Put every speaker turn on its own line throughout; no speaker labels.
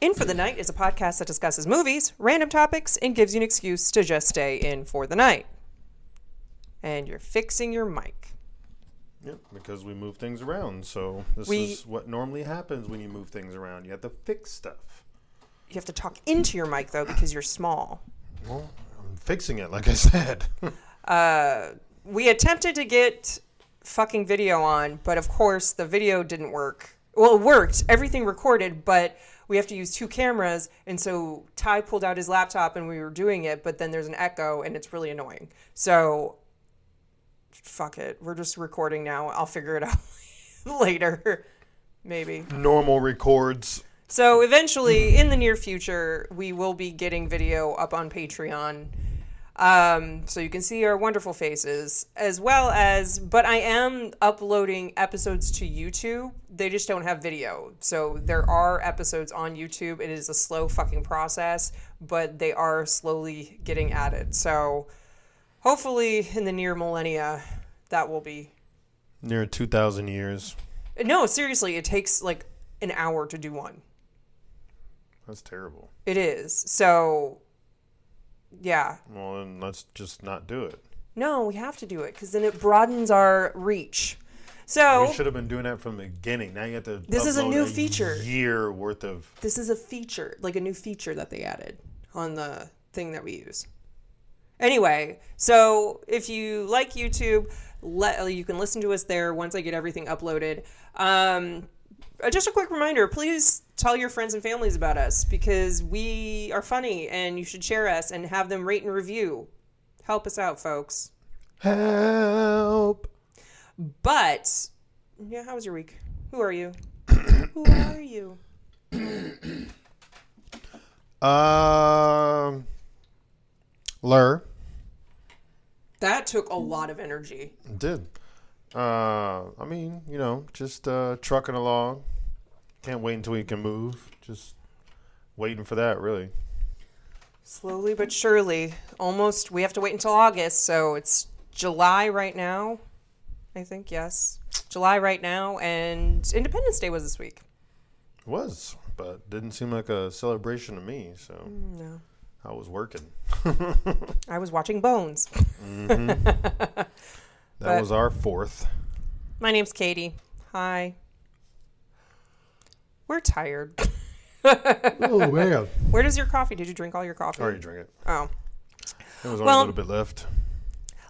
In for the Night is a podcast that discusses movies, random topics, and gives you an excuse to just stay in for the night. And you're fixing your mic.
Yep, because we move things around. So this
We-
is what normally happens when you move things around. You have to fix stuff.
You have to talk into your mic though because you're small.
Well, I'm fixing it, like I said.
we attempted to get fucking video on, but of course the video didn't work. Well, it worked, everything recorded, but we have to use two cameras. And so Ty pulled out his laptop and we were doing it, but then there's an echo and it's really annoying. So fuck it. We're just recording now. I'll figure it out later, maybe.
Normal records.
So eventually, in the near future, we will be getting video up on Patreon. Um, so you can see our wonderful faces as well as, but I am uploading episodes to YouTube. They just don't have video. So there are episodes on YouTube. It is a slow fucking process, but they are slowly getting added. So hopefully in the near millennia, that will be
Near 2,000 years.
no, seriously, it takes like an hour to do one.
That's terrible.
It is. So, yeah.
Well, then let's just not do it.
No, we have to do it because then it broadens our reach.
We
So,
should have been doing that from the beginning. Now you have to.
This is a
upload
new feature.
Year worth of.
this is a feature, like a new feature that they added on the thing that we use. Anyway, so if you like YouTube, let, you can listen to us there once I get everything uploaded. Um, uh, just a quick reminder please tell your friends and families about us because we are funny and you should share us and have them rate and review. Help us out, folks.
Help.
But yeah, how was your week? Who are you? Who are you?
Um. Lur.
That took a lot of energy.
It did. Uh, I mean, you know, just uh, trucking along. Can't wait until we can move. Just waiting for that, really.
Slowly but surely. Almost we have to wait until August, so it's July right now. I think, yes. July right now and Independence Day was this week.
It was, but didn't seem like a celebration to me. So
Mm, No.
I was working.
I was watching Bones.
That
But-
was our fourth.
My name's Katie. Hi. We're tired.
oh man!
Where does your coffee? Did you drink all your coffee?
I already drank it.
Oh.
There was only
Well-
a little bit left.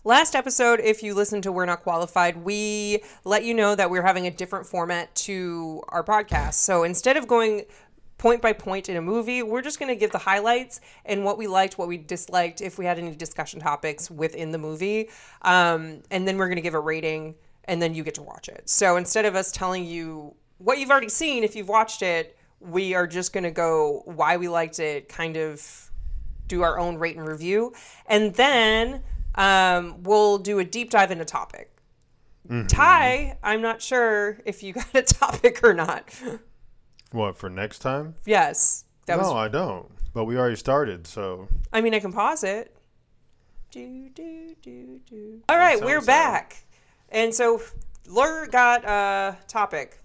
Last episode, if you listen to We're Not Qualified, we let you know that we're having a different format to our podcast. So instead of going point by point in a movie, we're just going to give the highlights and what we liked, what we disliked, if we had any discussion topics within the movie. Um, and then we're going to give a rating and then you get to watch it. So instead of us telling you what you've already seen, if you've watched it, we are just going to go why we liked it, kind of do our own rate and review, and then um, we'll do a deep dive into topic.
Mm-hmm.
Ty, I'm not sure if you got a topic or not.
What for next time?
yes, that
no,
was.
I don't. But we already started, so
I mean, I can pause it. Do do do do. All right, we're
sounds
back, and so Lur got a topic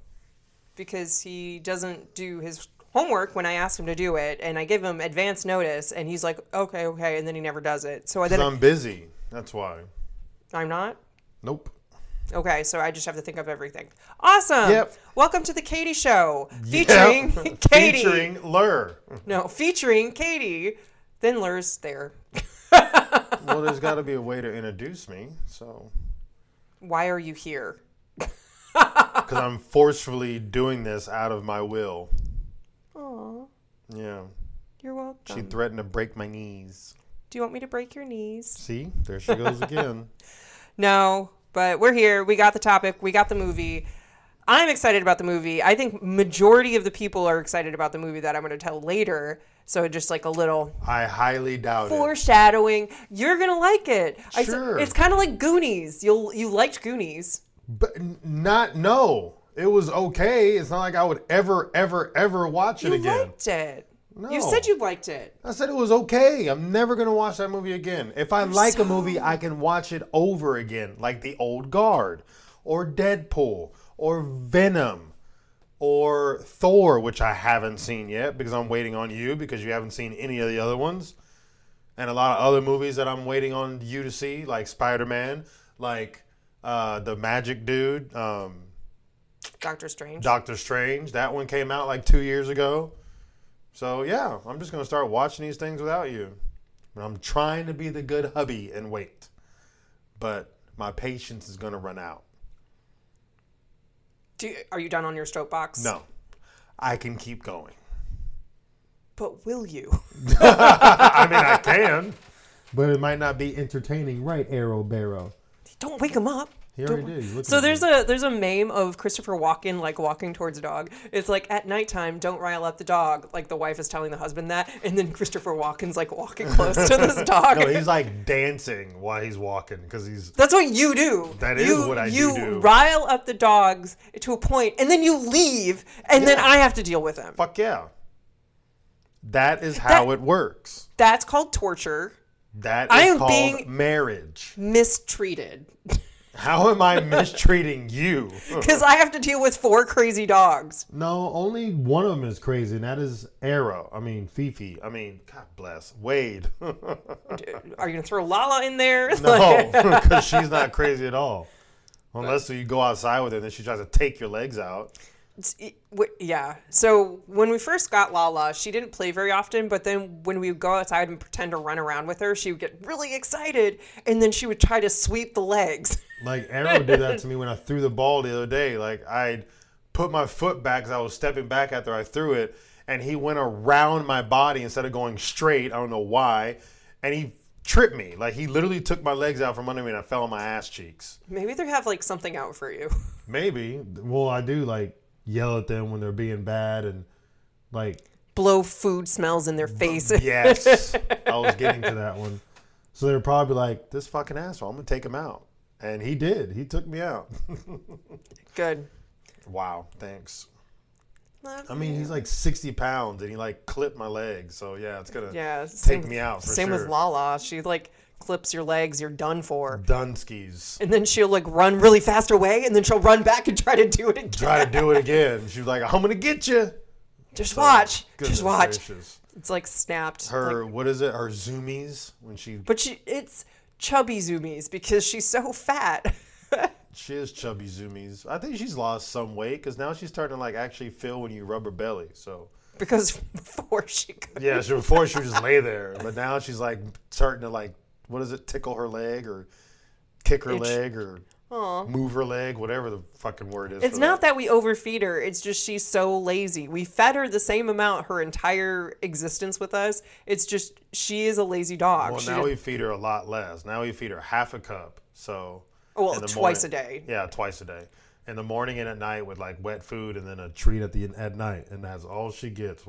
because he doesn't do his homework when I ask him to do it, and I give him advance notice, and he's like, "Okay, okay," and then he never does it. So I
'Cause
then
I'm busy. That's why.
I'm not.
Nope.
Okay, so I just have to think of everything. Awesome.
Yep.
Welcome to the Katie Show, featuring
Yep.
Katie.
Featuring Lur.
No, featuring Katie. Then Lur's there.
well, there's got to be a way to introduce me, so
Why are you here?
because I'm forcefully doing this out of my will.
Aw,
Yeah,
you're welcome.
she threatened to break my knees.
Do you want me to break your knees?
See, there she goes again.
No, but we're here. We got the topic. We got the movie. I'm excited about the movie. I think majority of the people are excited about the movie that I'm going to tell later. So just like a little
I highly doubt it.
foreshadowing. You're going to like it. I s-
Sure.
it's kind of like Goonies. You'll you liked Goonies.
But n- not no. It was okay. It's not like I would ever, ever, ever watch it
You
again.
liked it. You
No.
said you liked it.
I said it was okay. I'm never gonna watch that movie again. If I like a movie, I can watch it over again, like The Old Guard, or Deadpool, or Venom, or Thor, which I haven't seen yet because I'm waiting on you because you haven't seen any of the other ones, and a lot of other movies that I'm waiting on you to see, like Spider Man, like uh, the Magic Dude, um,
Doctor Strange.
Doctor Strange. That one came out like two years ago. So yeah, I'm just gonna start watching these things without you. But I'm trying to be the good hubby and wait, but my patience is gonna run out.
Do you, are you done on your stroke box?
No, I can keep going.
But will you?
I mean, I can, but it might not be entertaining, right, Arrow Barrow?
Don't wake him up.
He already did. He's looking
So
at
there's
you.
a there's a meme of Christopher Walken like walking towards a dog. It's like at nighttime, don't rile up the dog. Like the wife is telling the husband that, and then Christopher Walken's like walking close to this dog.
no. He's like dancing while he's walking because he's
That's what you do.
That
That
is
is
what I do
you
do.
rile up the dogs to a point, and then you leave, and then
Yeah.
I have to deal with him.
fuck yeah. That is how it works.
That's called torture.
That is
I am
called
being-
marriage.
Mistreated.
How am I mistreating you?
Because I have to deal with four crazy dogs.
No, only one of them is crazy, and that is Arrow. I mean, Fifi. I mean, God bless Wade.
Are you gonna throw Lala in there?
no, because she's not crazy at all. Unless you go outside with her, and then she tries to take your legs out.
It's- it- w- yeah. So when we first got Lala, she didn't play very often, but then when we would go outside and pretend to run around with her, she would get really excited and then she would try to sweep the legs.
Like Arrow did that to me when I threw the ball the other day. Like I put my foot back because I was stepping back after I threw it, and he went around my body instead of going straight. I don't know why, and he tripped me. Like he literally took my legs out from under me, and I fell on my ass cheeks.
Maybe they have like something out for you.
Maybe. Well, I do like yell at them when they're being bad and like
Blow food smells in their faces.
Mm-hmm. yes, I was getting to that one. So they're probably like this fucking asshole. I'm gonna take him out, and he did. He took me out.
Good.
wow, thanks.
Love
I mean, he's like 60 pounds, and he like clipped my leg. So yeah, it's gonna
Yeah.
take
Same,
me out for
same
sure.
with Lala. She like clips your legs, you're done for.
Dunskies.
And then she'll like run really fast away and then she'll run back and try to do it again.
Try to do it again. She was like, "I'm gonna get you."
Just watch.
Goodness
Just watch.
gracious.
It's like snapped. like-
Her what is it? Her zoomies when she
But she, it's chubby zoomies because she's so fat.
She is chubby zoomies. I think she's lost some weight because now she's starting to like actually feel when you rub her belly. So
because before she could.
yeah, so before she would just lay there, but now she's like starting to like what is it? Tickle her leg or kick her
Itch.
leg or move her leg, whatever the fucking word is.
It's
for
not
that.
that we overfeed her, it's just she's so lazy. We fed her the same amount her entire existence with us. It's just she is a lazy dog.
Well,
She
now
did-
we feed her a lot less. Now we feed her half a cup. So
Oh, well,
in the
twice
morning-
a day.
Yeah, twice a day. In the morning and at night with like wet food and then a treat at the at night, and that's all she gets.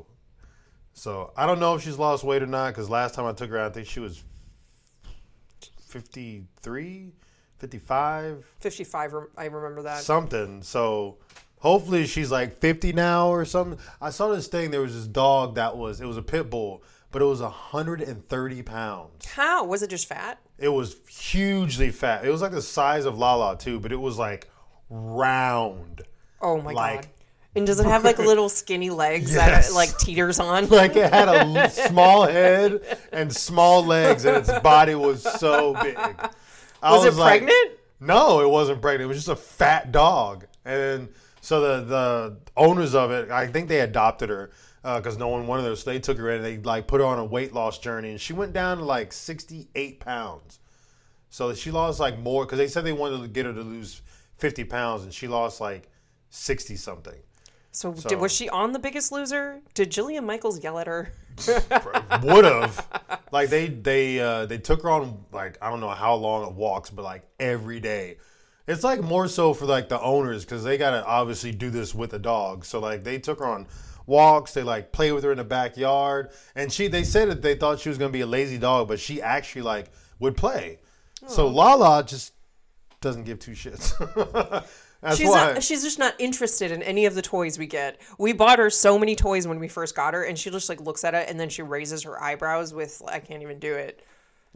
So I don't know if she's lost weight or not because last time I took her out, I think she was 53, 55,
55, rem- I remember that.
something. So hopefully she's like 50 now or something. I saw this thing. There was this dog that was, it was a pit bull, but it was 130 pounds.
How? Was it just fat?
It was hugely fat. It was like the size of Lala too, but it was like round.
Oh my
Like-
God. And does it have like little skinny legs that
Yes.
it like teeters on?
Like it had a l- small head and small legs, and its body was so big. I
Was it
like-
pregnant?
no, it wasn't pregnant. It was just a fat dog, and so the the owners of it, I think they adopted her because no one wanted her, so they took her in and they like put her on a weight loss journey, and she went down to like sixty eight pounds. So she lost like more because they said they wanted to get her to lose fifty pounds, and she lost like sixty something.
So, Did, was she on The Biggest Loser? Did Jillian Michaels yell at her?
would have like they they uh, they took her on like I don't know how long it walks, but like every day. It's like more so for like the owners because they gotta obviously do this with the dog. So like they took her on walks, they like play with her in the backyard, and she they said that they thought she was gonna be a lazy dog, but she actually like would play. So Lala just doesn't give two shits. That's
She's
why.
not, she's just not interested in any of the toys we get. We bought her so many toys when we first got her, and she just like looks at it and then she raises her eyebrows with I can't even do it.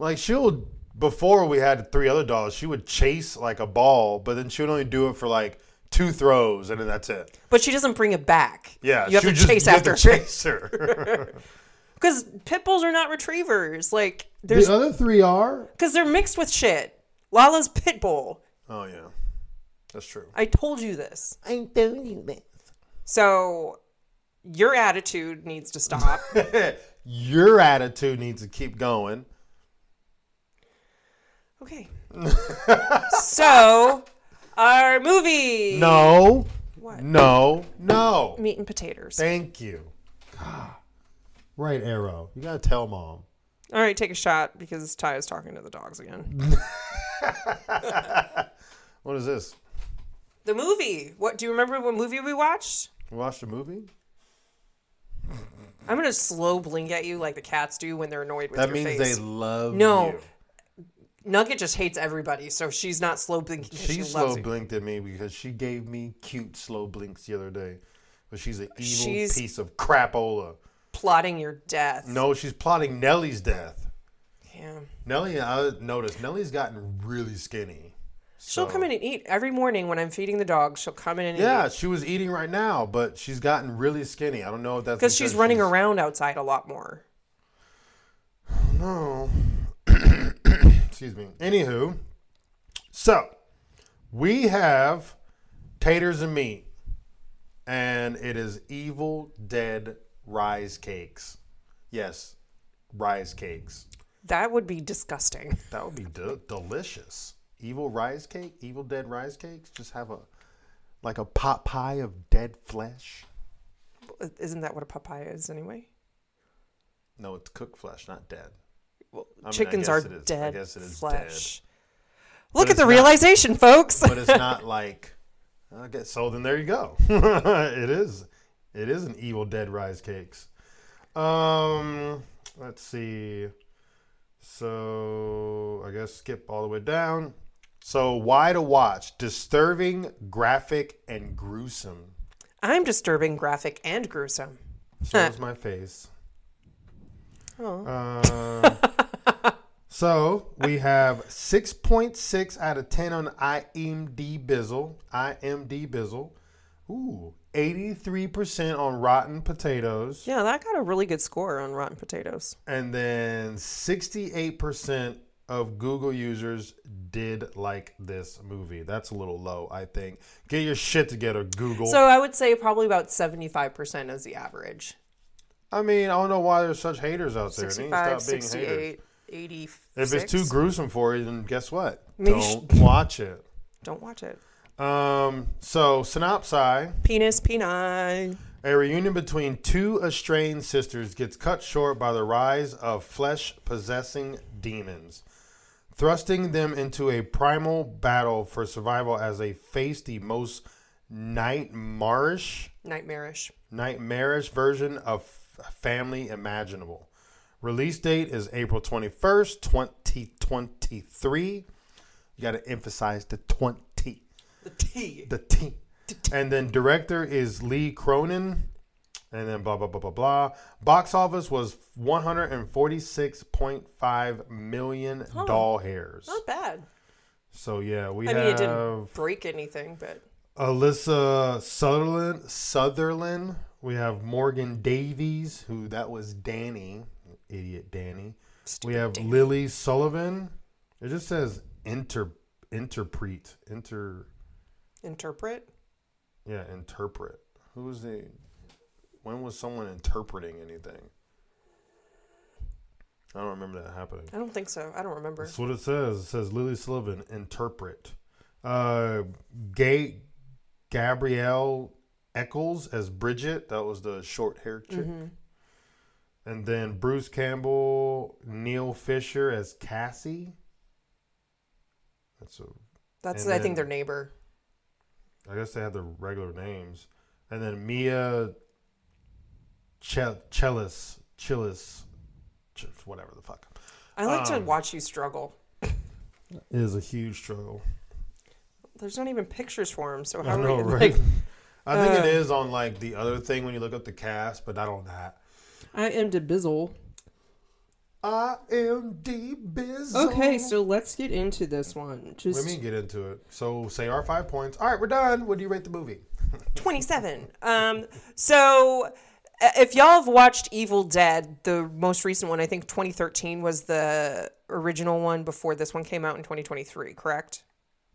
Like she'll before we had three other dogs, she would chase like a ball, but then she would only do it for like two throws, and then that's it.
But she doesn't bring it back.
Yeah,
you have
she
to
just-
chase
you have
after
to chase her.
because pit bulls are not retrievers. Like there's
The other three are
because they're mixed with shit. Lala's pit bull.
oh yeah, that's true.
I told you this.
I'm telling you this.
So your attitude needs to stop.
Your attitude needs to keep going.
okay. so our movie
No,
What?
no, no.
meat and potatoes.
Thank you. Right arrow. You gotta tell mom.
All right, take a shot because Ty is talking to the dogs again.
What is this?
the movie. What do you remember? What movie we watched?
You watched a movie?
I'm gonna slow blink at you like the cats do when they're annoyed with
That
your
means
face.
they love
No.
you.
Nugget just hates everybody, so she's not slow blinking. 'cause
She,
she
slow
loves you.
blinked at me because she gave me cute slow blinks the other day. But she's an evil
She's-
piece of crapola.
plotting your death.
No, she's plotting Nellie's death.
Yeah.
Nellie, I noticed Nellie's gotten really skinny.
She'll
So-
come in and eat every morning when I'm feeding the dog. She'll come in and eat
Yeah, she was eating right now, but she's gotten really skinny. I don't know if that's
because she's running around outside a lot more.
No. Oh. Excuse me. Anywho, so we have taters and meat, and it is Evil Dead Rise Cakes. Yes, Rise Cakes.
That would be disgusting.
That would be de- delicious. Evil Rise Cake, Evil Dead Rise Cakes. Just have a like a pot pie of dead flesh.
Isn't that what a papaya is anyway?
No, it's cooked flesh, not dead.
Well,
I
chickens
guess
are
it is- I
dead
guess it is
flesh. Look at
it's
the
not-
realization, folks.
but it's not like okay so then there you go it is it is an evil dead rise cakes um let's see so i guess skip all the way down so why to watch disturbing graphic and gruesome
I'm disturbing, graphic, and gruesome.
so is my face
Oh.
Uh, so we have 6.6 out of 10 on IMD Bizzle. IMD Bizzle. Ooh, 83% on Rotten Potatoes.
Yeah, that got a really good score on Rotten Potatoes.
And then 68% of Google users did like this movie. That's a little low, I think. Get your shit together, Google.
So I would say probably about 75% is the average.
I mean, I don't know why there's such haters out there. They need to
65,
stop being haters.
68, 86.
If it's too gruesome for you, then guess what?
Maybe you
Don't watch it.
Don't watch it.
Um, so synopsi,
Penis, peni.
a reunion between two estranged sisters gets cut short by the rise of flesh possessing demons, thrusting them into a primal battle for survival as they face the most nightmarish
Nightmarish.
nightmarish version of f- family imaginable. Release date is April 21st, 2023. You got to emphasize the 20
The T.
the T. And then director is Lee Cronin. And then blah blah blah blah blah. Box office was one hundred and forty six point five million doll hairs.
Not bad.
So yeah, we
I mean,
have
it didn't break anything, but
Alyssa Sutherland. Sutherland. We have Morgan Davies, who that was Danny, idiot Danny. we have Lily Sullivan. It just says inter interpret inter.
interpret.
Yeah, interpret. Who was the? When was someone interpreting anything? I don't remember that happening.
I don't think so. I don't remember.
That's what it says. It says Lily Sullivan interpret. Uh, Gay Gabrielle Eccles as Bridget. That was the short hair chick. And then Bruce Campbell, Neil Fisher as Cassie. That's a
That's
And
I think
then-
their neighbor.
I guess they had the regular names. And then Mia Chel- Chelis, Chillis, Ch- whatever the fuck,
I like
Um.
to watch you struggle.
is a huge struggle.
There's not even pictures for him, so
I
how
know,
are we
right?
like? uh,
I think it is on like the other thing when you look up the cast, but not on that.
I am debizzle.
I am D biz.
Okay, so let's get into this one. Just
Let me get into it. So say our five points. All right, we're done. What do you rate the movie?
27. Um, so uh, if y'all have watched Evil Dead, the most recent one, I think 2013 was the original one before this one came out in 2023, correct?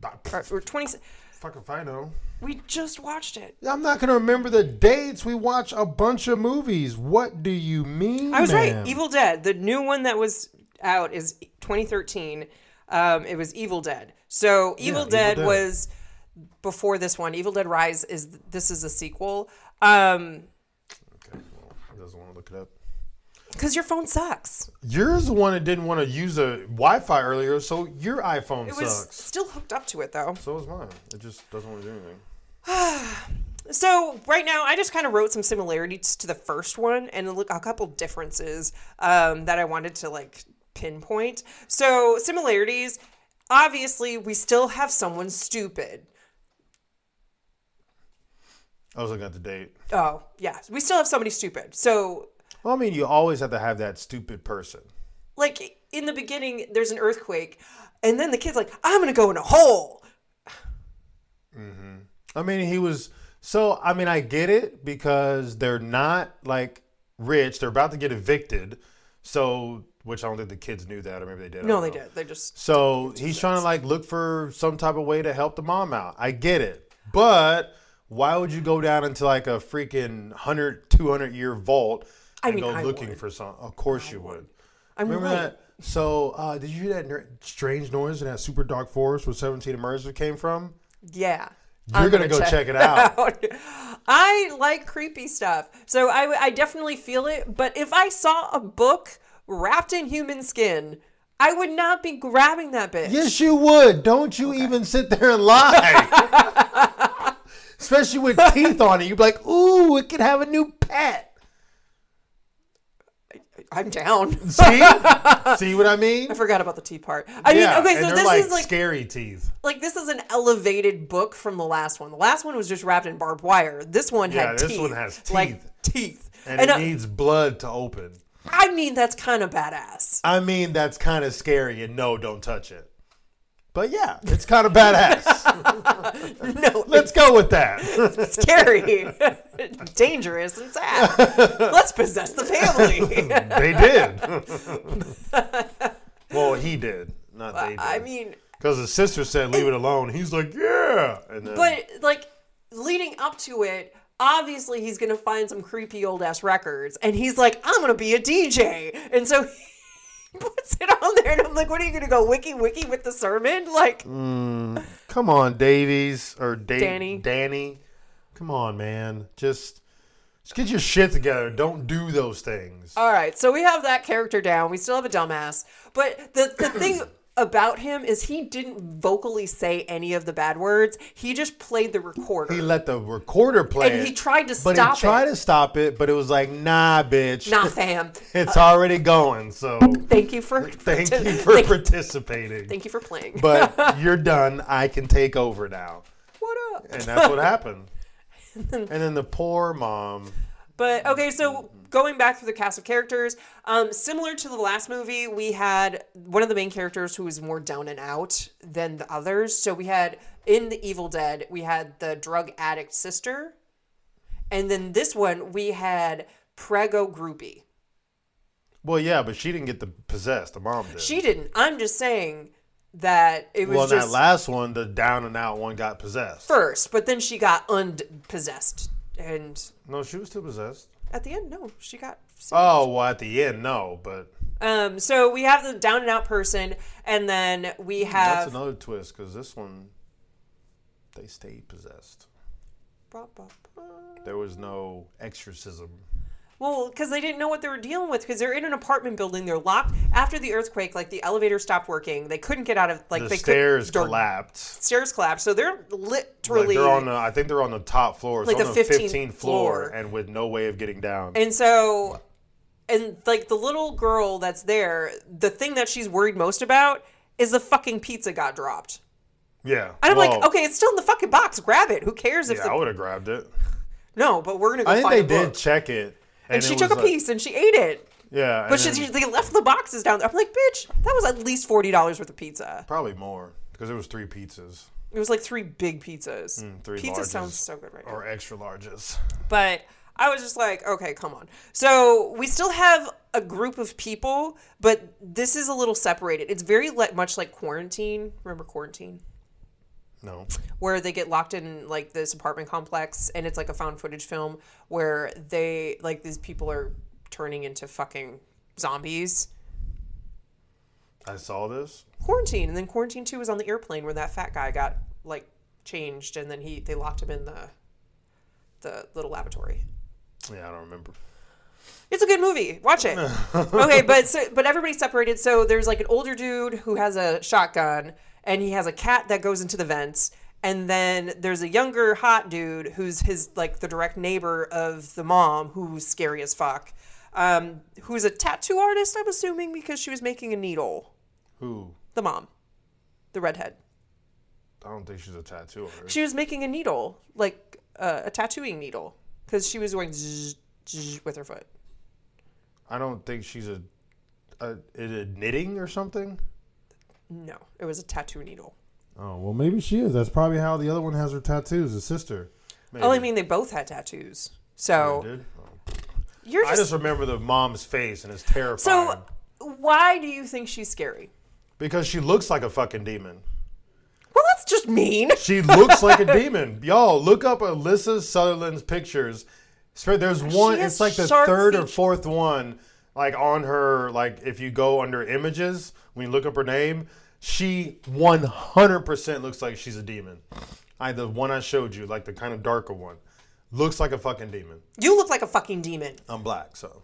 Ah,
Or, or 20.
Fuck if I know.
We just watched it.
I'm not gonna remember the dates. We watch a bunch of movies. What do you mean?
I was
ma'am?
right. Evil Dead, the new one that was out is 2013. Um, it was Evil Dead. So Evil
Evil
Dead
Dead.
was before this one. Evil Dead Rise is this is a sequel. Um,
Okay, well, he doesn't want to look it up.
because your phone sucks.
Your's the one that didn't want to use a Wi-Fi earlier, so your iPhone
It was
sucks.
still hooked up to it though.
So is mine. It just doesn't want to do anything.
So right now, I just kind of wrote some similarities to the first one and a li- a couple differences um, that I wanted to like pinpoint. So similarities, obviously, we still have someone stupid.
I was looking at the date.
Oh yeah, we still have somebody stupid. So
Well, I mean, you always have to have that stupid person.
like in the beginning, there's an earthquake, and then the kid's like, "I'm gonna go in a hole."
I mean, he was. So, I mean, I get it because they're not like rich. They're about to get evicted. So, which I don't think the kids knew that, or maybe they did. I
No,
don't
they
know.
did. They just
So he's trying to like look for some type of way to help the mom out. I get it. But why would you go down into like a freaking 100, 200 year vault
I
and
mean,
go
I
looking
would.
for some? Of course you would.
I'm
Remember
right.
that? So, uh, did you hear that ner- strange noise in that super dark forest where 17 emergers came from?
Yeah.
You're gonna go check it out.
I like creepy stuff. So I, w- I definitely feel it. But if I saw a book wrapped in human skin, I would not be grabbing that bitch.
Yes, you would. Don't you even sit there and lie. Especially with teeth on it. You'd be like, ooh, it could have a new pet.
I'm down.
See? See what I mean?
I forgot about the tea part. I mean, okay, so
and
this
they're like,
is like
scary teeth.
like this is an elevated book from the last one. The last one was just wrapped in barbed wire. This one
Yeah,
had
this
teeth.
one has teeth.
Like teeth.
And,
And,
it
I,
needs blood to open.
I mean that's kind of badass.
I mean, that's kind of scary, and no, don't touch it. But yeah, it's kind of badass.
No,
Let's go with that.
scary, dangerous, and sad. Let's possess the family.
they did. well, he did, not they did.
I mean,
because his sister said, "Leave it alone." He's like, "Yeah," and then
but like leading up to it, obviously he's gonna find some creepy old ass records, and he's like, "I'm gonna be a DJ," and so. he Puts it on there, and I'm like, "What are you gonna go wiki wiki with the sermon?" Like,
come on, Davies or da-
Danny.
Danny, come on, man, just just get your shit together. Don't do those things.
all right, so we have that character down. We still have a dumbass, but the the thing about him is he didn't vocally say any of the bad words. He just played the recorder.
He let the recorder play.
And he
it,
tried to
but
stop
he tried
it.
to stop it, but it was like, nah, bitch.
Nah, Uh, fam.
It's already going. So
Thank you for
thank you for participating.
thank you for playing.
But you're done. I can take over now.
what up?
And that's what happened. And then the poor mom.
But okay, so going back through the cast of characters, um, similar to the last movie, we had one of the main characters who was more down and out than the others. So we had in the Evil Dead, we had the drug addict sister, and then this one we had Prego Groupie.
Well, yeah, but she didn't get the possessed. The mom did.
She didn't. I'm just saying that it was
well,
just
that last one, the down and out one, got possessed.
first, but then she got unpossessed, and
no, she was still possessed.
at the end, no, she got.
Oh, well, at the end, no, but
Um, so we have the down and out person, and then we
Hmm, that's
have
another twist because this one, they stayed possessed.
Ba, ba, ba.
There was no exorcism.
well, because they didn't know what they were dealing with because they're in an apartment building, they're locked after the earthquake. Like the elevator stopped working, they couldn't get out of like
The
they
stairs
could,
collapsed.
Stairs collapsed, so they're
Like,
literally
they're on the, I think they're on the top floor, it's
Like
on
the
the
15th
15th floor,
floor.
and with no way of getting down.
And so, and like the little girl that's there, the thing that she's worried most about is the fucking pizza got dropped.
yeah,
And I'm
well,
like, okay, it's still in the fucking box. Grab it. Who cares if
yeah,
the
I would have grabbed it.
no? But we're gonna go
I think
find
they
a book.
did check it,
And she
it
took a
was like-
piece and she ate it.
Yeah, and
But she,
then-
she- they left the boxes down there. I'm like, bitch, that was at least forty dollars worth of pizza.
probably more because there was three pizzas
It was like three big pizzas.
Hmm, three
pizza
larges.
sounds so good right now.
or extra larges.
But I was just like, okay, come on. So we still have a group of people, but this is a little separated. It's very le- much like quarantine. Remember quarantine?
No,
where they get locked in like this apartment complex and it's like a found footage film where they like these people are turning into fucking zombies
I saw this.
quarantine and then quarantine 2 was on the airplane where that fat guy got like changed and then he they locked him in the the little laboratory
Yeah, I don't remember.
It's a good movie. Watch it. okay, but so, but everybody's separated. So there's like an older dude who has a shotgun, and he has a cat that goes into the vents. And then there's a younger hot dude who's his like the direct neighbor of the mom, who's scary as fuck. Um, who's a tattoo artist, I'm assuming, because she was making a needle.
Who?
The mom, the redhead,
I don't think she's a tattoo artist.
she was making a needle, like uh, a tattooing needle, because she was going zzz, zzz with her foot.
I don't think she's a, a, is it knitting or something.
No, it was a tattoo needle.
Oh well, maybe she is. That's probably how the other one has her tattoos. His sister. Maybe.
Oh, I mean, they both had tattoos. So
Dude.
you're
Oh. I
just,
just remember the mom's face, and it's terrifying
so. Why do you think she's scary?
because she looks like a fucking demon.
Well, that's just mean.
She looks like a demon. Y'all look up Alyssa Sutherland's pictures. Spe- There's one.
has
It's like the
sharp
third or
features.
fourth one. Like on her, like if you go under images when you look up her name, she 100% looks like she's a demon. I the one I showed you, like the kind of darker one, looks like a fucking demon.
You look like a fucking demon.
I'm black, so,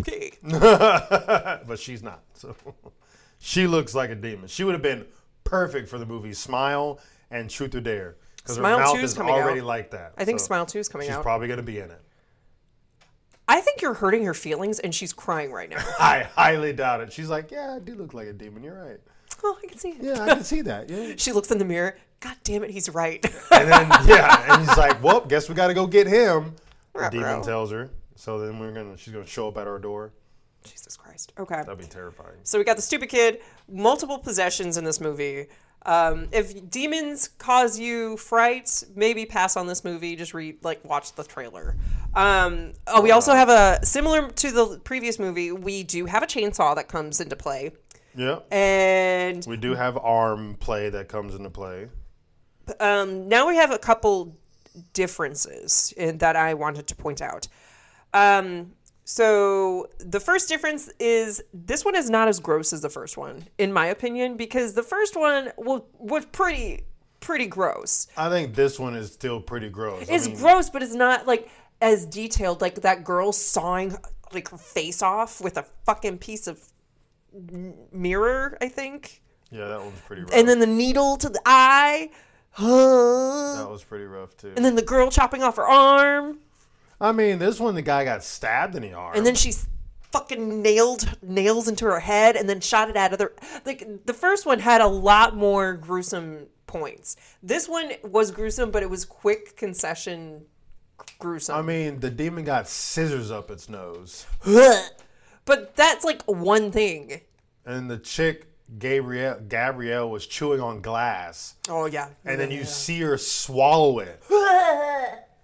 Okay.
but she's not. So she looks like a demon. She would have been perfect for the movie Smile and Truth or Dare because her
Smile
mouth
2 's
is
coming out.
already like that.
I think
so-
Smile Two is coming
She's
out.
probably going to be in it.
I think you're hurting her feelings, and she's crying right now.
I highly doubt it. She's like, yeah, I do look like a demon. You're right.
oh, I can see it.
Yeah, I can see that. Yeah.
She looks in the mirror. God damn it, he's right.
And then yeah, and he's like, well, guess we got to go get him. The
Ruh-roh.
demon tells her. So then we're gonna. She's gonna show up at our door.
Jesus Christ. Okay.
That'd be terrifying.
So we got the stupid kid, multiple possessions in this movie. Um, if demons cause you fright, maybe pass on this movie. Just re like watch the trailer. Um, oh, we also have a similar to the previous movie. We do have a chainsaw that comes into play,
Yeah.
and
We do have arm play that comes into play.
um, now we have a couple differences in, that I wanted to point out. Um, so the first difference is this one is not as gross as the first one, in my opinion, because the first one was, was pretty pretty gross.
I think this one is still pretty gross. I
It's
mean,
gross, but it's not like as detailed. Like that girl sawing like her face off with a fucking piece of m- mirror, I think,
yeah, that one's pretty rough.
and then the needle to the eye.
that was pretty rough too.
and then the girl chopping off her arm,
I mean, this one the guy got stabbed in the arm.
and then she s- fucking nailed nails into her head, and then shot it at other. Like the first one had a lot more gruesome points. This one was gruesome, but it was quick concession gruesome.
I mean, the demon got scissors up its nose.
but that's like one thing.
and the chick Gabrielle Gabrielle was chewing on glass,
Oh yeah,
and then you see her swallow it.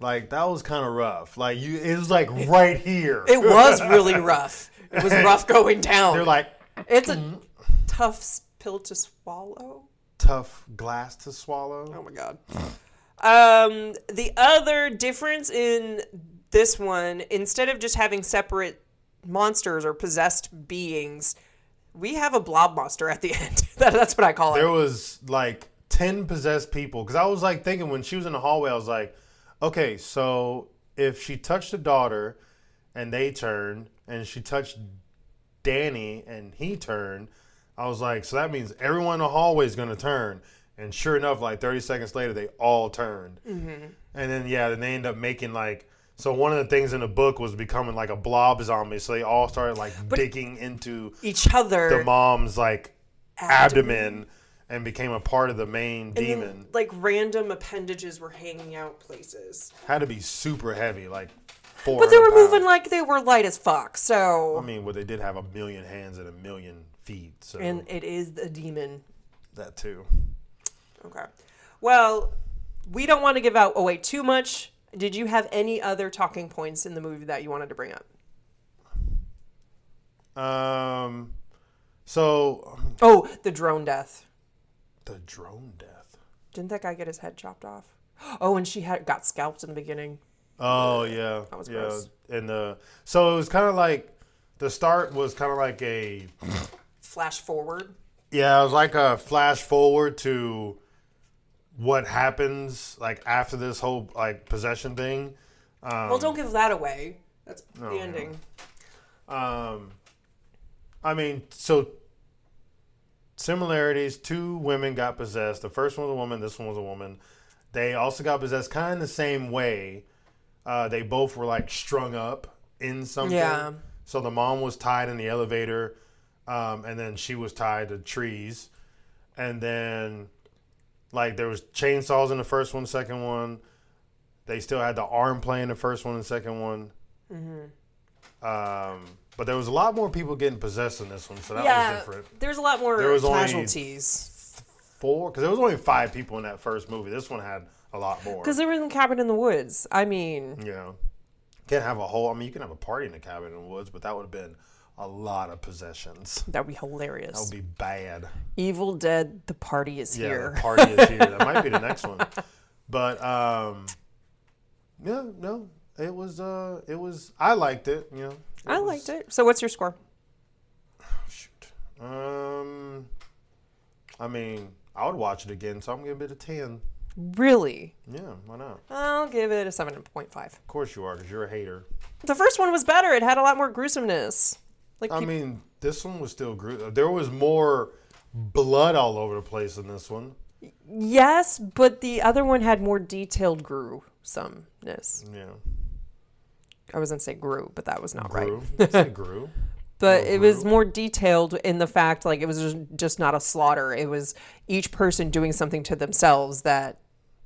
like that was kind of rough. Like you, it was like right here.
it was really rough. It was rough going down.
They're like
it's a tough s- pill to swallow.
tough glass to swallow.
Oh my god. Um, the other difference in this one, instead of just having separate monsters or possessed beings, we have a blob monster at the end. that, that's what I call it.
There was like ten possessed people because I was like thinking when she was in the hallway, I was like, okay, so if she touched the daughter, and they turned, and she touched Danny and he turned. I was like, so that means everyone in the hallway is going to turn. And sure enough, like 30 seconds later, they all turned. And then, yeah, then they end up making like. So one of the things in the book was becoming like a blob zombie. So they all started like digging into
Each other,
the mom's like abdomen, and became a part of the main
and,
demon.
like random appendages were hanging out places.
Had to be super heavy, like four.
But they were moving like they were light as fuck. So
I mean, well, they did have a million hands and a million feet, so
and it is a demon.
that too.
Okay. Well, we don't want to give out away too much. Did you have any other talking points in the movie that you wanted to bring up?
Um, so um,
Oh, the drone death.
the drone death.
Didn't that guy get his head chopped off? Oh, and she had got scalped in the beginning.
Oh yeah, that
was
yeah.
gross.
And the so it was kind of like the start was kind of like a
Flash forward.
yeah, it was like a flash forward to what happens like after this whole like possession thing.
well, don't give that away. That's the ending.
Um, I mean, so similarities: two women got possessed. The first one was a woman. This one was a woman. They also got possessed kind of the same way. Uh, they both were like strung up in something.
Yeah.
So the mom was tied in the elevator, um, and then she was tied to trees, and then like there was chainsaws in the first one, second one. They still had the arm play in the first one and second one. Um, but there was a lot more people getting possessed in this one, so that
yeah,
was different.
there's a lot more
There was only-
casualties
Four, because there was only five people in that first movie. This one had a lot more.
because they were in the cabin in the woods. I mean,
You know, can't have a whole. I mean, you can have a party in the cabin in the woods, but that would have been a lot of possessions.
that'd be
That
hilarious.
would be bad.
Evil Dead, the party is
Oh. Yeah,
here.
the party is here. That might be the next one. But um, yeah, no, it was. Uh, it was. I liked it. You know,
I liked it. So, what's your score?
Shoot. Um, I mean, I would watch it again, so I'm gonna give it a ten.
Really?
Yeah, why not? Of
I'll give it a 7.5.
course you are, because you're a hater.
The first one was better. It had a lot more gruesomeness. Like,
I
peop-
mean, this one was still gru- There was more blood all over the place in this one.
yes, but the other one had more detailed gruesomeness.
Yeah,
I was going to say grew, but that was not right.
grew. It grew.
but it was more detailed in the fact like it was just, just not a slaughter it was each person doing something to themselves that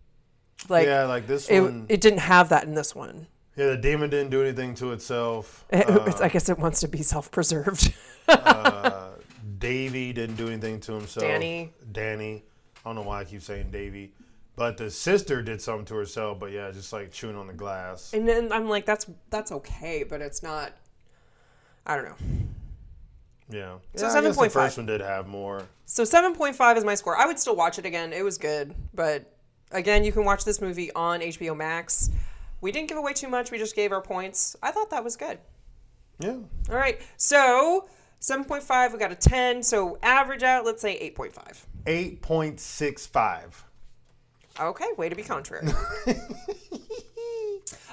like
yeah, Hmm. like this
it,
one.
it didn't have that in this one
yeah, the demon didn't do anything to itself.
It- it's- i guess it wants to be self-preserved
Davy didn't do anything to himself.
Danny.
Danny. I don't know why I keep saying Davy, but the sister did something to herself. But yeah, just like chewing on the glass.
and then i'm like that's that's okay but it's not i don't know
Yeah.
So
yeah, I guess the
7.5.
first one did have more.
so 7.5 is my score i would still watch it again it was good but again you can watch this movie on hbo max we didn't give away too much we just gave our points i thought that was good
Yeah.
All right. So 7.5, we got a 10. So average out, let's say 8.5.
8.65.
Okay. Way to be contrary.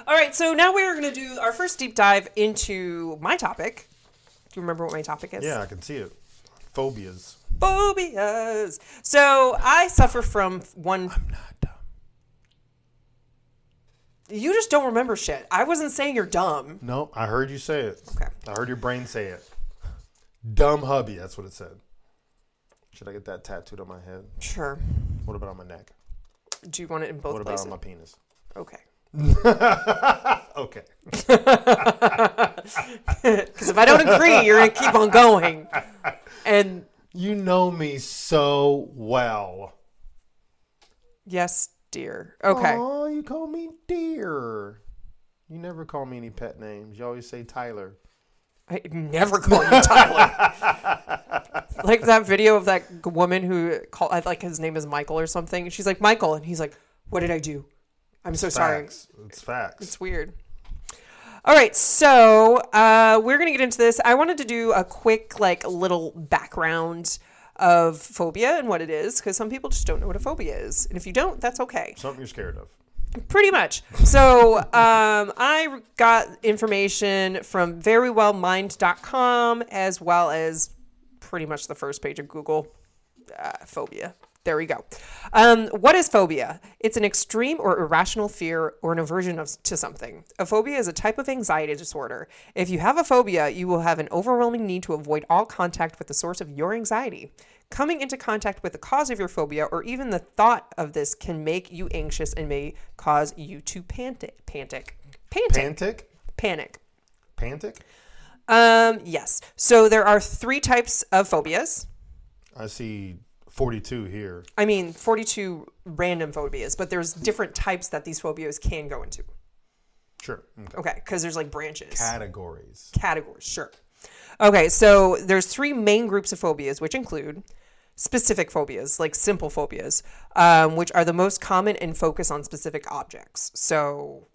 All right. So now we're going to do our first deep dive into my topic. Do you remember what my topic is?
Yeah, I can see it. Phobias.
Phobias. So I suffer from one.
Not dumb.
You just don't remember shit. I wasn't saying you're dumb.
No, I heard you say it.
Okay.
I heard your brain say it. Dumb hubby. That's what it said. Should I get that tattooed on my head?
Sure.
What about on my neck?
Do you want it in both
What about
places?
on my penis?
Okay.
Okay.
Because if I don't agree, you're going to keep on going. And
You know me so well.
yes, dear. Okay.
Oh, you call me dear. You never call me any pet names. You always say Tyler.
I never call you Tyler. like that video of that g- woman who called, I- like his name is Michael or something. She's like Michael, and he's like, "What did I do? I'm so sorry."
Facts. It's facts.
It's weird. All right, so uh, we're gonna get into this. I wanted to do a quick, like, little background of phobia and what it is, because some people just don't know what a phobia is, and if you don't, that's okay.
Something you're scared of.
Pretty much. So um, I got information from verywellmind.com as well as pretty much the first page of Google uh, phobia. There we go. Um, what is phobia? It's an extreme or irrational fear or an aversion of, to something. A phobia is a type of anxiety disorder. If you have a phobia, you will have an overwhelming need to avoid all contact with the source of your anxiety. Coming into contact with the cause of your phobia or even the thought of this can make you anxious and may cause you to panic. Pantic. Pantic.
Pantic?
Pantic. Panic.
Pantic?
Um, yes. So there are three types of phobias.
I see 42 here.
I mean, 42 random phobias, but there's different types that these phobias can go into.
Sure. Okay.
Okay, because there's like branches.
Categories.
categories. Sure. Okay, so there's three main groups of phobias, which include specific phobias, like simple phobias, um, which are the most common and focus on specific objects. So,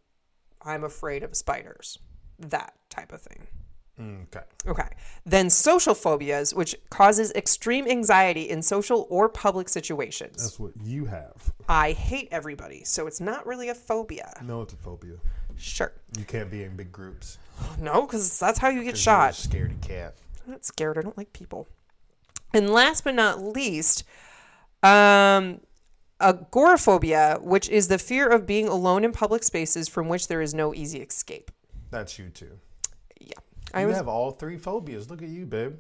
I'm afraid of spiders, that type of thing.
Mm, Okay.
Okay. Then social phobias, which causes extreme anxiety in social or public situations.
That's what you have.
I hate everybody, so it's not really a phobia.
No, it's a phobia.
Sure.
You can't be in big groups.
No, because that's how you get
'cause
shot.
You're a scaredy cat.
I'm not scared. I don't like people. And last but not least, um, agoraphobia, which is the fear of being alone in public spaces from which there is no easy escape.
That's you too.
Yeah,
You
I was
have all three phobias. Look at you, babe.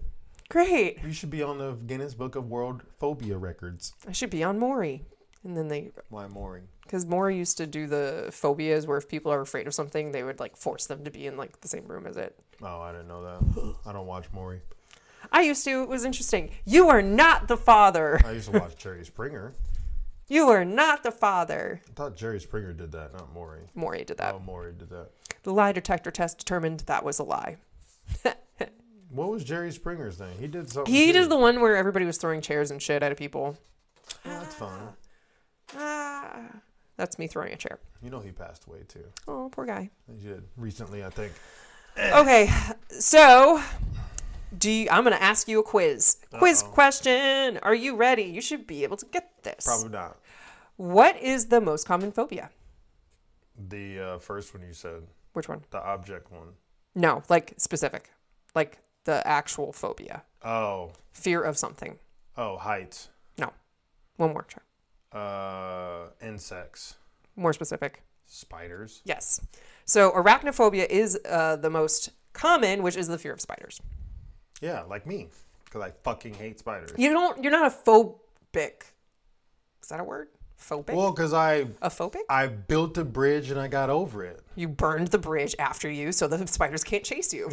great.
You should be on the Guinness Book of World Phobia Records.
I should be on Maury. And then they,
Why mooring?
because Maury used to do the phobias where if people are afraid of something, they would like force them to be in like the same room as it.
Oh, I didn't know that. I don't watch Maury.
I used to. It was interesting. You are not the father.
I used to watch Jerry Springer.
You are not the father.
I thought Jerry Springer did that, not Maury.
Maury did that.
Oh, Maury did that.
The lie detector test determined that was a lie.
What was Jerry Springer's thing? He did something.
He
too.
did the one where everybody was throwing chairs and shit at people.
Well, that's fun.
Ah, that's me throwing a chair.
You know he passed away too.
Oh, poor guy.
He did recently, I think. Eh.
Okay, so do you, I'm gonna ask you a quiz. Quiz question. Are you ready? You should be able to get this.
Probably not.
What is the most common phobia?
The uh, first one you said,
Which one?
the object one.
No, like specific, like the actual phobia,
Oh,
fear of something.
oh, heights,
No, one more try.
uh, insects,
More specific.
spiders.
Yes. So arachnophobia is uh, the most common, which is the fear of spiders.
Yeah, like me, because I fucking hate spiders.
You don't. You're not a phobic. Is that a word? Phobic.
Well, because I
a phobic.
I built a bridge and I got over it.
You burned the bridge after you, so the spiders can't chase you.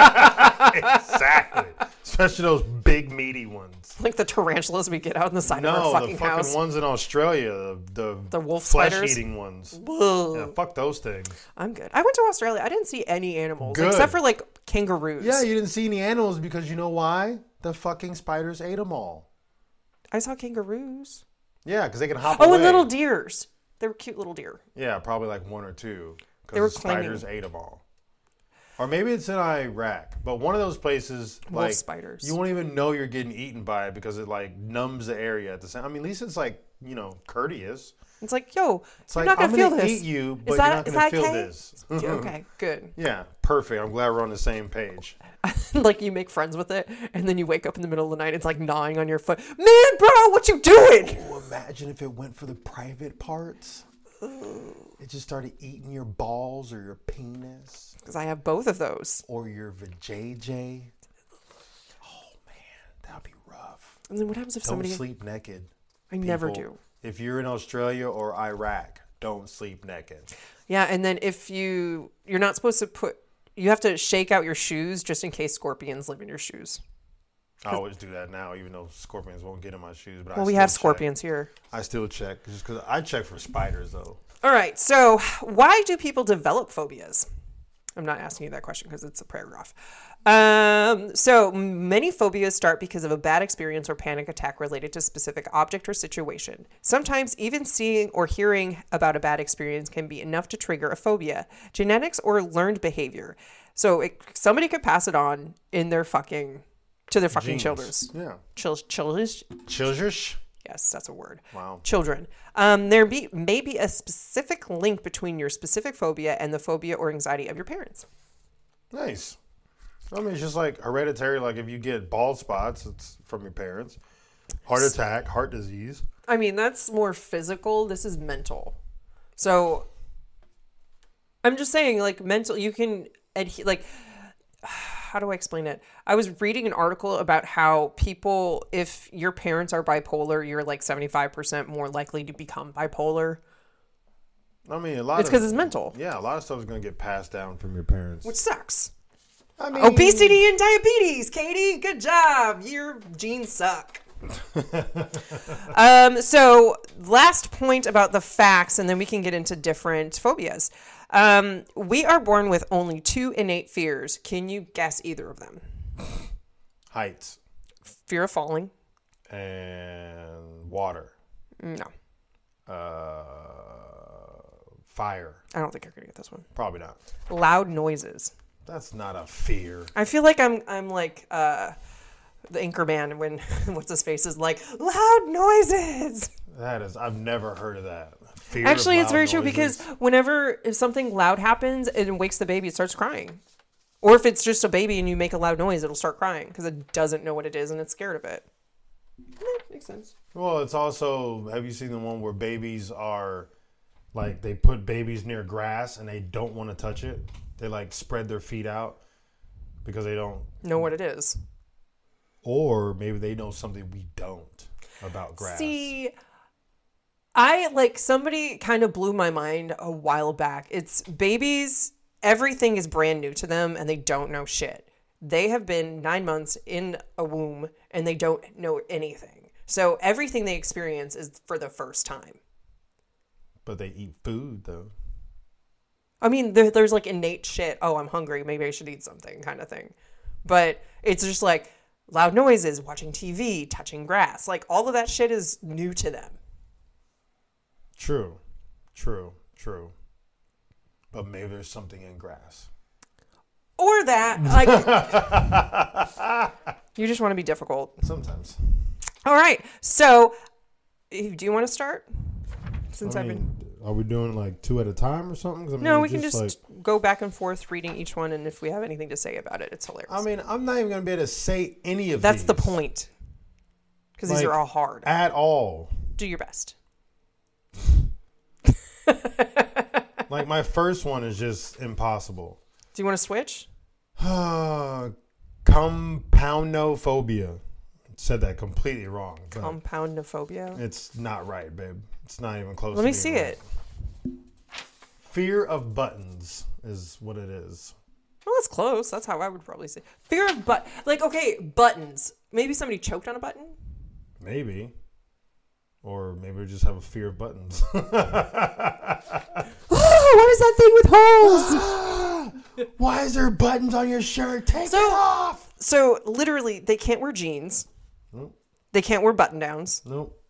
Exactly. Especially those big meaty ones.
like the tarantulas we get out in the side of our
No,
fucking,
the fucking
house.
ones in Australia, the the,
The wolf
flesh
spiders?
eating ones.
Ugh,
Yeah, fuck those things.
I'm good. I went to Australia. I didn't see any animals
Good.
except for like kangaroos.
Yeah, you didn't see any animals because you know why? The fucking spiders ate them all.
I saw kangaroos.
Yeah, because they can hop
Oh,
away.
and little deers. They were cute little deer.
Yeah, probably like one or two.
They were
Because the spiders ate them all. Or maybe it's in Iraq, but one of those places like
spiders.
You won't even know you're getting eaten by it because it like numbs the area at the same. I mean, at least it's like you know courteous.
It's like, yo,
It's
you're
like
not gonna
I'm
feel
gonna
this.
eat you, but
is that,
you're not
is
gonna
that
feel
okay?
this.
Yeah, okay, good.
Yeah, perfect. I'm glad we're on the same page.
like you make friends with it, and then you wake up in the middle of the night. It's like gnawing on your foot. Man, bro, what you doing?
Well, imagine if it went for the private parts. It just started eating your balls or your penis
Because I have both of those.
or your vajayjay. Oh man, that'd be rough.
And then what happens if
Don't
somebody?
sleep naked.
I never
people.
do.
If you're in Australia or Iraq, don't sleep naked.
Yeah, and then if you you're not supposed to put you have to shake out your shoes just in case scorpions live in your shoes.
I always do that now, even though scorpions won't get in my shoes. But I
Well, we
still
have
check.
scorpions here.
I still check just because I check for spiders though.
All right. So, why do people develop phobias? I'm not asking you that question because it's a paragraph. Um, so, many phobias start because of a bad experience or panic attack related to a specific object or situation. Sometimes, even seeing or hearing about a bad experience can be enough to trigger a phobia, genetics, or learned behavior. So, it, somebody could pass it on in their fucking to their fucking
Genes.
children's
Yeah.
chil- children.
Childrens?
Yes, that's a word.
Wow.
Children. Um, there be may be a specific link between your specific phobia and the phobia or anxiety of your parents.
Nice. I mean, it's just like hereditary. Like if you get bald spots, it's from your parents. Heart attack, heart disease.
I mean, that's more physical. This is mental. So I'm just saying, like mental, you can adhe- like. How do I explain it? I was reading an article about how people, if your parents are bipolar, you're like 75% more likely to become bipolar.
I mean, a lot.
It's
of-
because it's mental,
yeah, a lot of stuff is gonna get passed down from your parents.
which sucks.
I mean,
Obesity and diabetes, Katie. Good job. Your genes suck. um, so, last point about the facts, and then we can get into different phobias. Um, we are born with only two innate fears. Can you guess either of them?
Heights
Fear of falling?
and water,
No,
uh, fire.
I don't think you're gonna get this one.
Probably not.
Loud noises.
That's not a fear.
I feel like I'm I'm like uh, the Anchorman when what's his face is like loud noises.
That is. I've never heard of that. Fear of
Actually, it's
loud
very true
noises.
because whenever if something loud happens, it wakes the baby. It starts crying. Or if it's just a baby and you make a loud noise, it'll start crying because it doesn't know what it is and it's scared of it. Eh, Makes sense.
Well, it's also have you seen the one where babies are like they put babies near grass and they don't want to touch it. They like spread their feet out because they don't
Know what it is.
or maybe they know something we don't about grass.
See, I like somebody kind of blew my mind a while back. It's babies, everything is brand new to them and they don't know shit. They have been nine months in a womb and they don't know anything. So everything they experience is for the first time.
But they eat food though.
I mean, there, there's like innate shit. Oh, I'm hungry. Maybe I should eat something, kind of thing. But it's just like loud noises, watching TV, touching grass. Like all of that shit is new to them.
True. True. True. But maybe there's something in grass.
Or that, like, you just want to be difficult.
Sometimes.
All right. So, eh, do you want to start? Since
I
I've been.
mean, are we doing like two at a time or something? 'Cause I mean,
No,
it's
we can just
like-
go back and forth reading each one, and if we have anything to say about it, it's hilarious.
I mean, I'm not even gonna be able to say any of
That's the
these
point. Because these
Like-
are all hard.
at all.
Do your best.
Like my first one is just impossible.
Do you want to switch?
Compoundophobia. Said that completely wrong. but
Compoundophobia.
it's not right, babe. It's not even close.
Let
to
me
being
see
right.
it.
Fear of buttons is what it is.
Well, that's close. That's how I would probably say. Fear of but like okay, buttons. Maybe somebody choked on a button.
Maybe. Or maybe we just have a fear of buttons.
Oh, what is that thing with holes?
Why is there buttons on your shirt? Take
So-
it off.
so literally, they can't wear jeans. Hmm? They can't wear button downs.
Nope.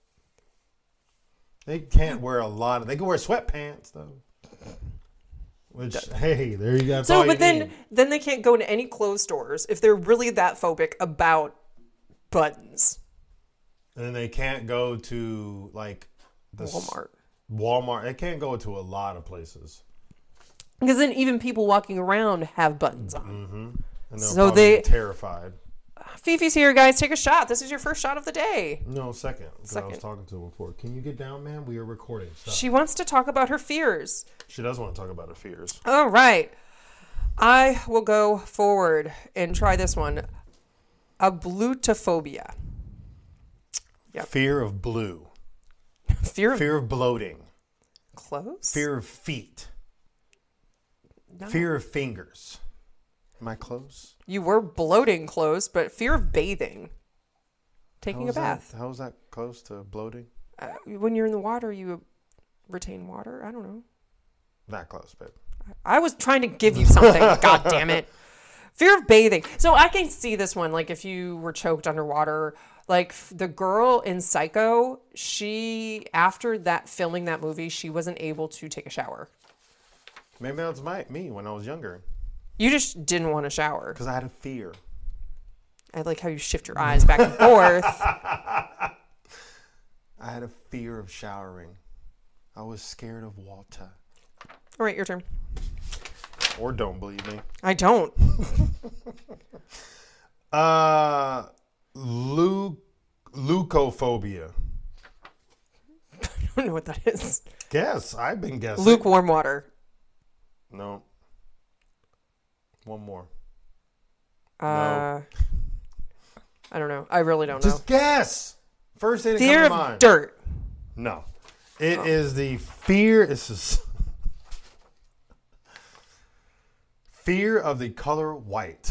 They can't wear a lot of. They can wear sweatpants though. Which hey, there you go. That's all
So,
you
but then
need.
then they can't go into any clothes stores if they're really that phobic about buttons.
and they can't go to like the s-
Walmart.
Walmart. They can't go to a lot of places.
Because then even people walking around have buttons on.
And they'll
So
probably
they-
be terrified.
Fifi's here, guys. Take a shot. This is your first shot of the day.
No, second. 'cause I was
Second.
talking to her before. Can you get down, man? We are recording. Stop.
She wants to talk about her fears.
She does want to talk about her fears.
All right. I will go forward and try this one. Ablutophobia.
Fear of blue.
Fear of
Fear of bloating.
clothes?
Fear of feet.
No.
Fear of fingers. Am I close?
You were bloating clothes, but fear of bathing. Taking a bath.
That, how is that close to bloating?
Uh, when you're in the water, you retain water. I don't know.
That close, babe.
I was trying to give you something. God damn it. Fear of bathing. So I can see this one. Like if you were choked underwater, like f- the girl in Psycho, she after that filming that movie, she wasn't able to take a shower.
Maybe that was my, me when I was younger
You just didn't want to shower.
because I had a fear.
I like how you shift your eyes back and forth.
I had a fear of showering. I was scared of water.
All right, your turn.
Or don't believe me.
I don't.
Uh, leu- leucophobia.
I don't know what that is.
Guess I've been guessing.
Lukewarm water.
no. One more.
Uh, I don't know. I really don't know.
Just guess. First thing that
Fear
comes to
of
mind.
dirt.
No. it is the fear. This is Fear of the color white.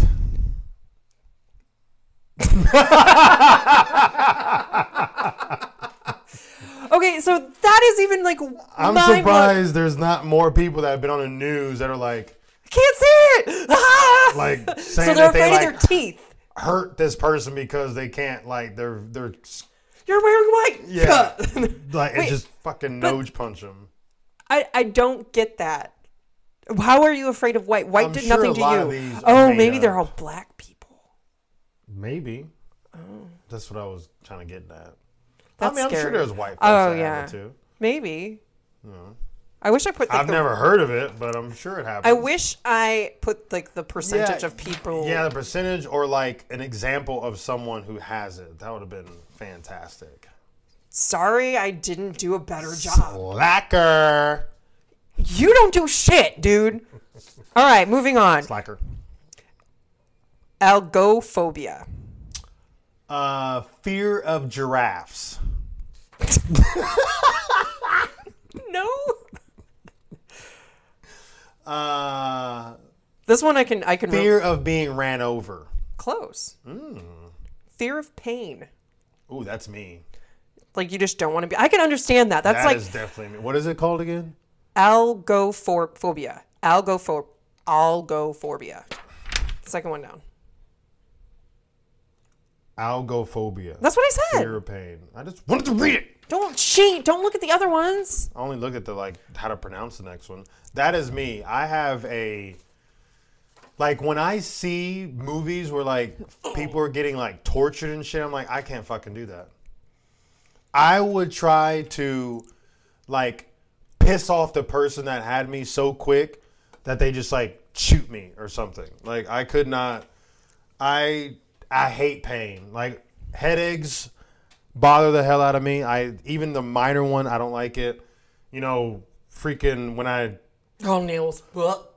Okay, so that is even like
I'm
mind-blowing.
surprised there's not more people that have been on the news that are like
Can't see it. Ah!
like saying
so they're
that they
afraid of
like
their teeth.
hurt this person because they can't like they're they're
You're wearing white.
yeah like it
Wait,
just fucking nose punch them.
I, I don't get that. How are you afraid of white? White
I'm
did
sure
nothing
a
to
lot
you.
of these are
oh,
made
maybe they're all
up.
black people.
Maybe that's what I was trying to get at.
Oh. That's
I mean, I'm sure
scary.
there's white folks
Oh,
that
yeah.
have it too.
Maybe. I wish I put. Like,
I've
the,
never heard of it, but I'm sure it happens.
I wish I put like the percentage
Yeah,
of people.
Yeah, the percentage or like an example of someone who has it. That would have been fantastic.
Sorry, I didn't do a better job.
Slacker.
You don't do shit, dude. All right, moving on.
Slacker.
Algophobia.
Uh, fear of giraffes.
No.
Uh,
This one I can I can re-
fear of being ran over.
close.
Mm.
Fear of pain.
Ooh, that's me.
Like you just don't want to be. I can understand that. That's
That's
like
definitely me. What is it called again?
algophobia. Algofor algophobia. Second one down.
Algophobia.
That's what I said.
fear of pain. I just wanted to read it.
Don't cheat. Don't look at the other ones.
I only looked at the like how to pronounce the next one. That is me. I have a like when I see movies where like people are getting like tortured and shit, I'm like, I can't fucking do that. I would try to like piss off the person that had me so quick that they just like shoot me or something. Like I could not I I hate pain. Like headaches bother the hell out of me. I even the minor one, I don't like it. You know, freaking when I
Oh nails.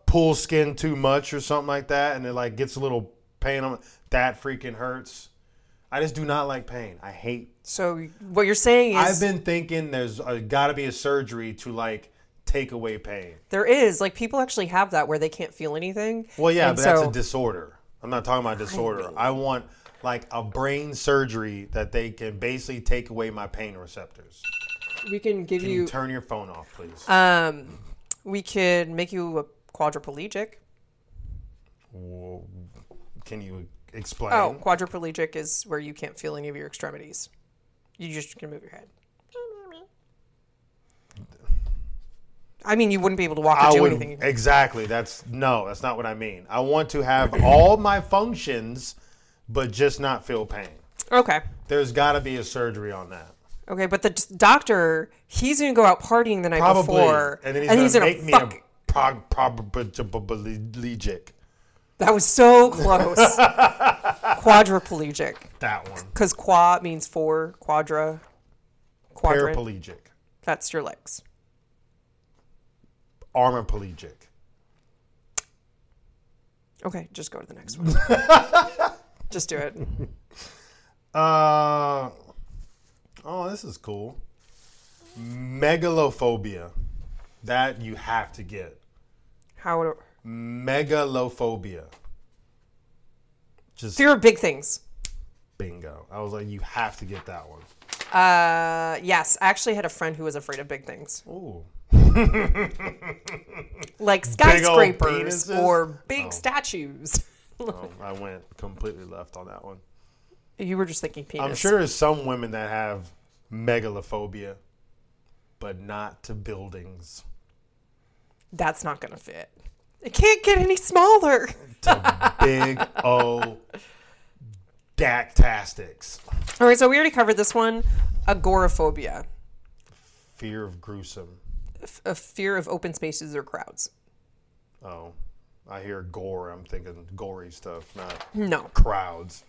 pull skin too much or something like that, and it like gets a little pain. on that freaking hurts. I just do not like pain. I hate.
So what you're saying is
I've been thinking there's uh, got to be a surgery to like take away pain.
there is like people actually have that where they can't feel anything.
Well, yeah,
And
but
so-
that's a disorder. I'm not talking about disorder. I want like a brain surgery that they can basically take away my pain receptors.
we can give
Can you
you.
turn your phone off, please?
Um, we could make you a quadriplegic.
Well, can you explain?
Oh, quadriplegic is where you can't feel any of your extremities. You just can move your head. I mean, you wouldn't be able to walk or
I
do
would
anything.
exactly. That's no. That's not what I mean. I want to have all my functions, but just not feel pain.
Okay.
There's got to be a surgery on that.
Okay, but the d- doctor, he's going to go out partying the night
Probably.
before.
and then he's
and
gonna
he's going
make
to
me
fuck.
a prog- probablegic.
That was so close. quadriplegic.
That one.
Because qua means four, quadra, quadrant.
Paraplegic.
That's your legs.
Armorplegic.
Okay, just go to the next one. just do it.
Uh, oh, this is cool. Megalophobia. That you have to get.
How would
Megalophobia. Just
Fear of big things.
bingo. I was like, you have to get that one.
Uh, yes, I actually had a friend who was afraid of big things,
Ooh.
like
old
skyscrapers
penises?
or big statues.
Oh, I went completely left on that one.
you were just thinking penis.
I'm sure there's some women that have megalophobia, but not to buildings.
that's not gonna fit. It can't get any smaller.
To big O dactastics.
All right, so we already covered this one. Agoraphobia,
Fear of gruesome.
f- a fear of open spaces or crowds.
Oh, I hear gore. I'm thinking gory stuff, not
No,
crowds.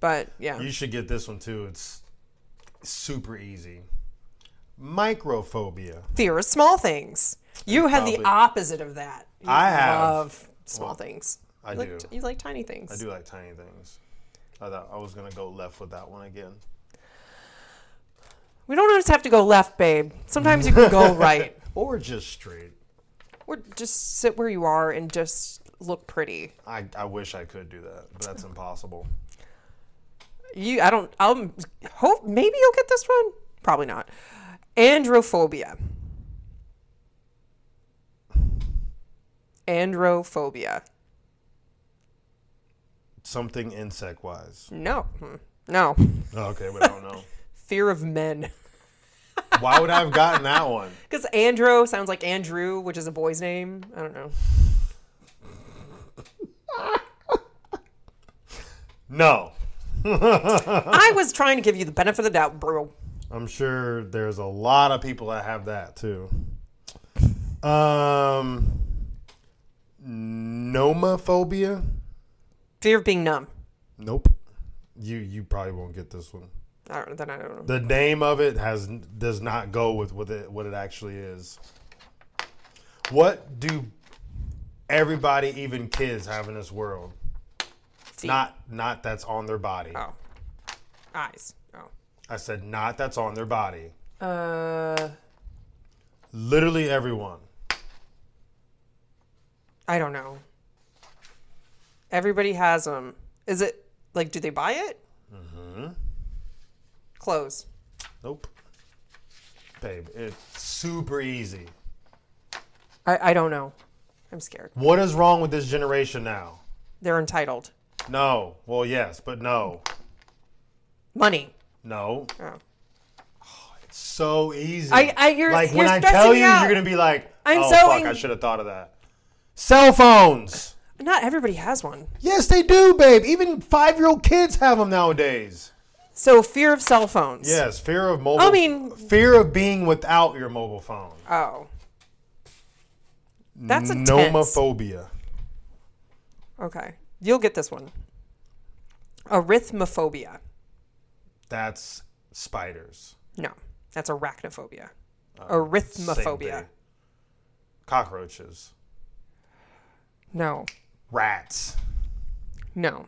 but yeah,
You should get this one too. It's super easy. Microphobia.
fear of small things. You had the
Probably.
opposite of that. You
I have.
love small things.
I
you like,
do.
You like tiny things.
I do like tiny things. I thought I was gonna go left with that one again.
We don't always have to go left, babe. Sometimes you can go right.
Or just straight.
or just sit where you are and just look pretty.
I, I wish I could do that, but that's impossible.
You, I don't. I'll hope maybe you'll get this one. Probably not. Androphobia. Androphobia.
Something insect wise.
No, Hmm. no.
Okay, but I don't know.
Fear of men.
Why would I have gotten that one?
Because Andro sounds like Andrew, which is a boy's name. I don't know.
No.
I was trying to give you the benefit of the doubt, bro.
I'm sure there's a lot of people that have that too. Um, nomophobia.
Fear of being numb.
Nope. You you probably won't get this one.
I don't. Then I don't know.
The name of it has does not go with what it what it actually is. What do everybody, even kids, have in this world?
Feet.
Not not that's on their body.
Oh. Eyes. Oh.
I said not that's on their body.
Uh.
Literally everyone.
I don't know. Everybody has them. Is it like, do they buy it? Mm-hmm. Clothes.
Nope. Babe, it's super easy.
I, I don't know. I'm scared.
What is wrong with this generation now?
They're entitled.
No. Well, yes, but no.
Money.
No.
Oh.
Oh, So easy.
I- I- you're-
like when
you're
I tell
stressing me
you,
out.
you're gonna be like,
I'm
"Oh
so
fuck,
ang-
I should have thought of that." Cell phones.
Not everybody has one.
Yes, they do, babe. Even five-year-old kids have them nowadays.
So fear of cell phones.
Yes, fear of mobile.
I mean-
fear of being without your mobile phone.
Oh. That's a tense.
nomophobia.
Okay. You'll get this one. Arithmophobia.
That's spiders.
No, that's arachnophobia.
Oh, Same
Arithmophobia.
thing. Cockroaches.
No,
Rats.
no.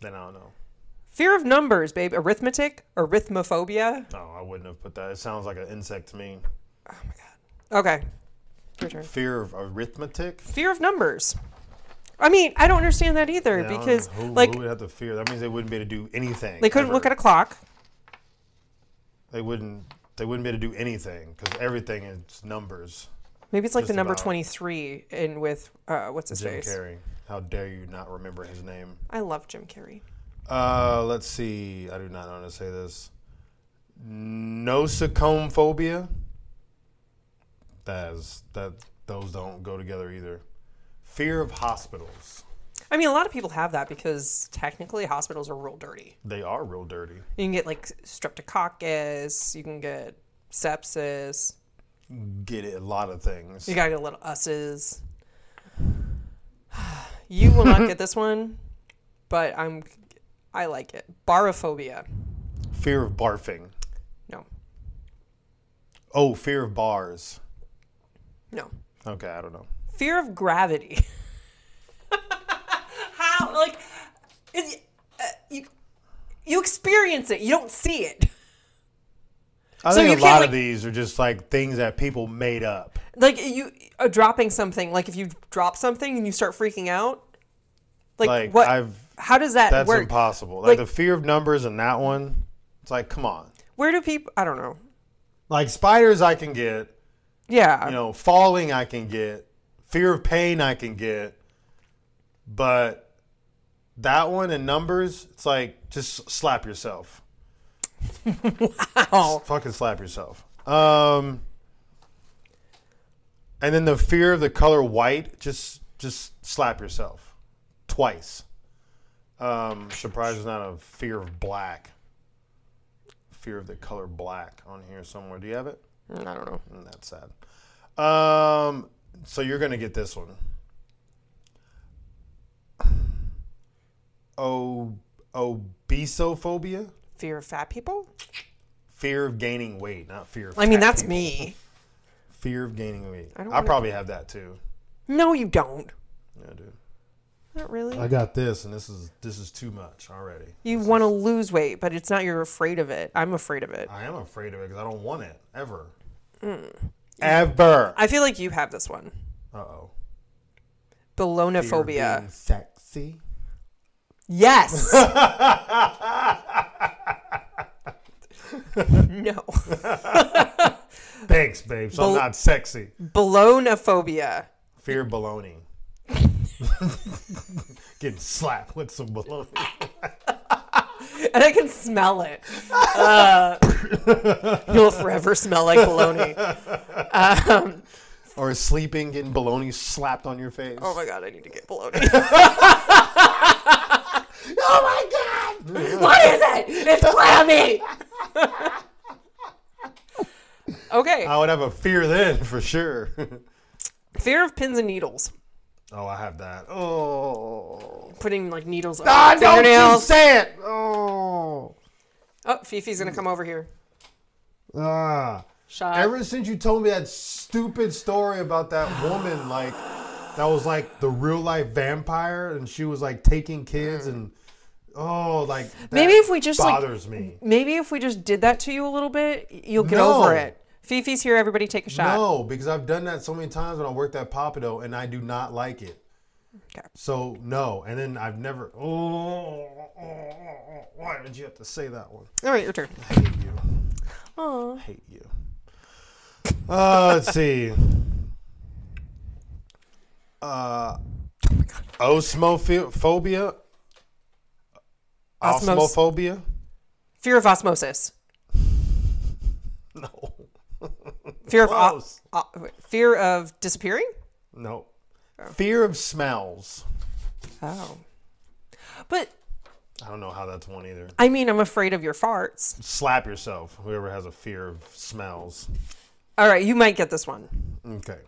Then I don't know.
Fear of numbers, babe. Arithmetic, arithmophobia.
No, I wouldn't have put that. It sounds like an insect to me.
Okay. Your turn.
Fear of arithmetic.
Fear of numbers. I mean, I don't understand that either
I don't know.
because
who,
like
who would have to fear? That means they wouldn't be able to do anything.
they couldn't look at a clock.
They wouldn't. They wouldn't be able to do anything because everything is numbers.
Maybe it's like the
Just
number
about.
23 in with uh what's his
Jim
face?
Carrey. How dare you not remember his name?
I love Jim Carrey.
Uh, let's see. I do not know how to say this. Nosocomophobia. That is that. Those don't go together either. Fear of hospitals.
I mean, a lot of people have that because technically hospitals are real dirty.
They are real dirty.
You can get like streptococcus, you can get sepsis.
Get it? A lot of things.
You got to get little usses. You will not get this one, but I'm I like it. Barophobia.
Fear of barfing.
No.
Oh, fear of bars.
No.
Okay, I don't know.
Fear of gravity. How like is, uh, you you experience it. You don't see it.
I
So you
think a
can't,
lot
like-
of these are just like things that people made up.
Like you uh, dropping something. Like if you drop something and you start freaking out. Like,
Like
what?
I've
how does that
that's
work?
impossible. Like,
like-
the fear of numbers and that one, it's like come on.
Where do people? I don't know.
Like spiders, I can get.
Yeah.
You know, falling, I can get. Fear of pain, I can get. But that one and numbers, it's like just slap yourself.
oh,
Fucking slap yourself. Um. And then the fear of the color white, just just slap yourself twice. Um, surprised there's not a fear of black. Fear of the color black on here somewhere. Do you have it?
I don't know.
Mm, That's sad. Um, so you're gonna get this one. O obesophobia,
Fear of fat people.
fear of gaining weight, not fear. Of
I mean,
fat
that's
people.
me.
fear of gaining weight. I,
don't wanna-
probably have that too.
No, you don't.
Yeah, I do.
Not really.
I got this, and this is this is too much already.
you want to lose weight, but it's not you're afraid of it. I'm afraid of it.
I am afraid of it because I don't want it ever. Ever.
Mm. I feel like you have this one.
Uh oh.
Ballonophobia.
Being sexy.
Yes. no.
Thanks, babe. So
Bal-
I'm not sexy.
Ballonophobia.
Fear baloney. Getting slapped with some baloney.
And I can smell it. Uh, you'll forever smell like bologna.
Or sleeping, getting baloney slapped on your face.
Oh my god, I need to get bologna.
Oh my God!
what is it? It's clammy. okay.
I would have a fear then for sure.
Fear of pins and needles.
oh, I have that. Oh.
Putting like needles up
Ah,
your
don't you
fingernails.
say it. Oh.
Oh, Fifi's gonna come over here.
Ah.
Shot.
Ever since you told me that stupid story about that woman, like that was like the real life vampire, and she was like taking kids, and oh, like that
Maybe if we just, like,
bothers me.
Maybe if we just did that to you a little bit, you'll get
No.
over it. Fifi's here. Everybody, take a shot.
No, because I've done that so many times when I worked at Papado, and I do not like it.
Okay.
So no, and then I've never. Oh, why did you have to say that one?
All right, your turn.
I hate you. I hate you. Uh, let's see. Uh,
Oh
osmophobia.
Osmos-
Osmophobia.
Fear of osmosis.
No.
Fear of o-
Close.
o- wait, fear of disappearing.
No. Fear of smells.
Oh, but
I don't know how that's one either.
I mean, I'm afraid of your farts.
Slap yourself. Whoever has a fear of smells.
All right, you might get this one.
Okay.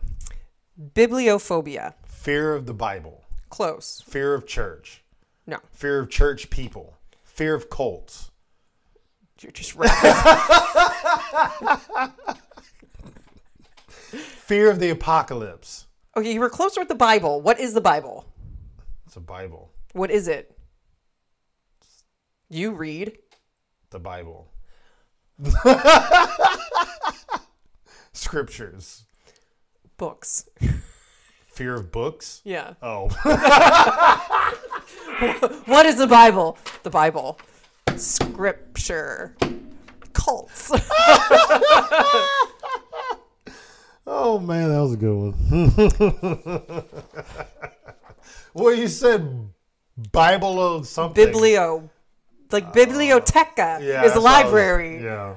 Bibliophobia.
Fear of the Bible.
Close.
Fear of church.
No,
Fear of church people. Fear of cults.
you're just right.
Fear of the apocalypse.
okay, you were closer with the Bible. What is the Bible?
It's a Bible.
What is it? You read.
the Bible. Scriptures.
Books.
Fear of books?
Yeah.
Oh.
What is the Bible? The Bible. Scripture. Cults.
oh man, that was a good one. well, you said Bible of something.
Biblio. Like biblioteca
Uh, Yeah,
is
that's
a
what I was-
library.
yeah.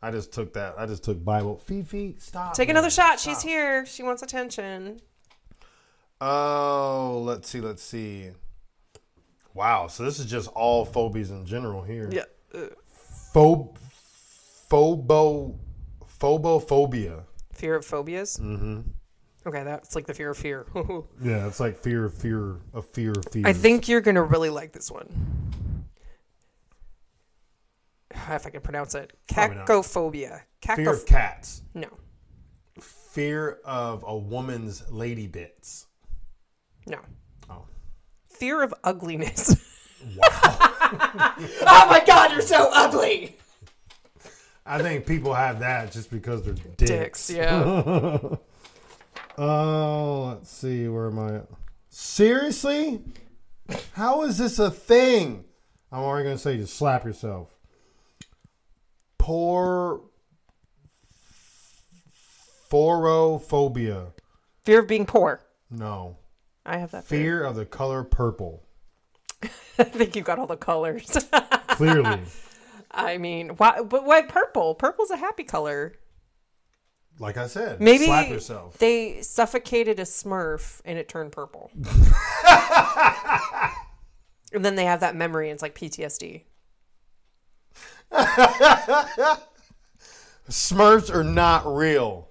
I just took that. I just took Bible. Fifi, stop.
Take
man.
another shot.
Ah.
She's here. She wants attention.
Oh, let's see, let's see. Wow, so this is just all phobias in general here.
Yeah. Ugh.
Phob phobo phobophobia.
Fear of phobias. Mm-hmm. Okay, that's like the fear of fear.
Yeah, it's like fear of fear of fear of fear.
I think you're gonna really like this one. If I can pronounce it,
Probably not.
cacophobia.
fear of
Cacof-
cats.
no,
Fear of a woman's lady bits.
no.
Oh.
Fear of ugliness. oh my god, you're so ugly.
I think people have that just because they're dicks.
Dicks, yeah.
Oh, let's see. Where am I? at? Seriously? How is this a thing? I'm already going to say just slap yourself. Por. Phorophobia.
Fear of being poor.
No.
I have that fear.
Fear of the color purple.
I think you got all the colors.
Clearly.
I mean, why? But why purple? Purple's a happy color.
like I said,
Maybe
slap yourself.
they suffocated a Smurf and it turned purple. and then they have that memory. And it's like PTSD.
Smurfs are not real.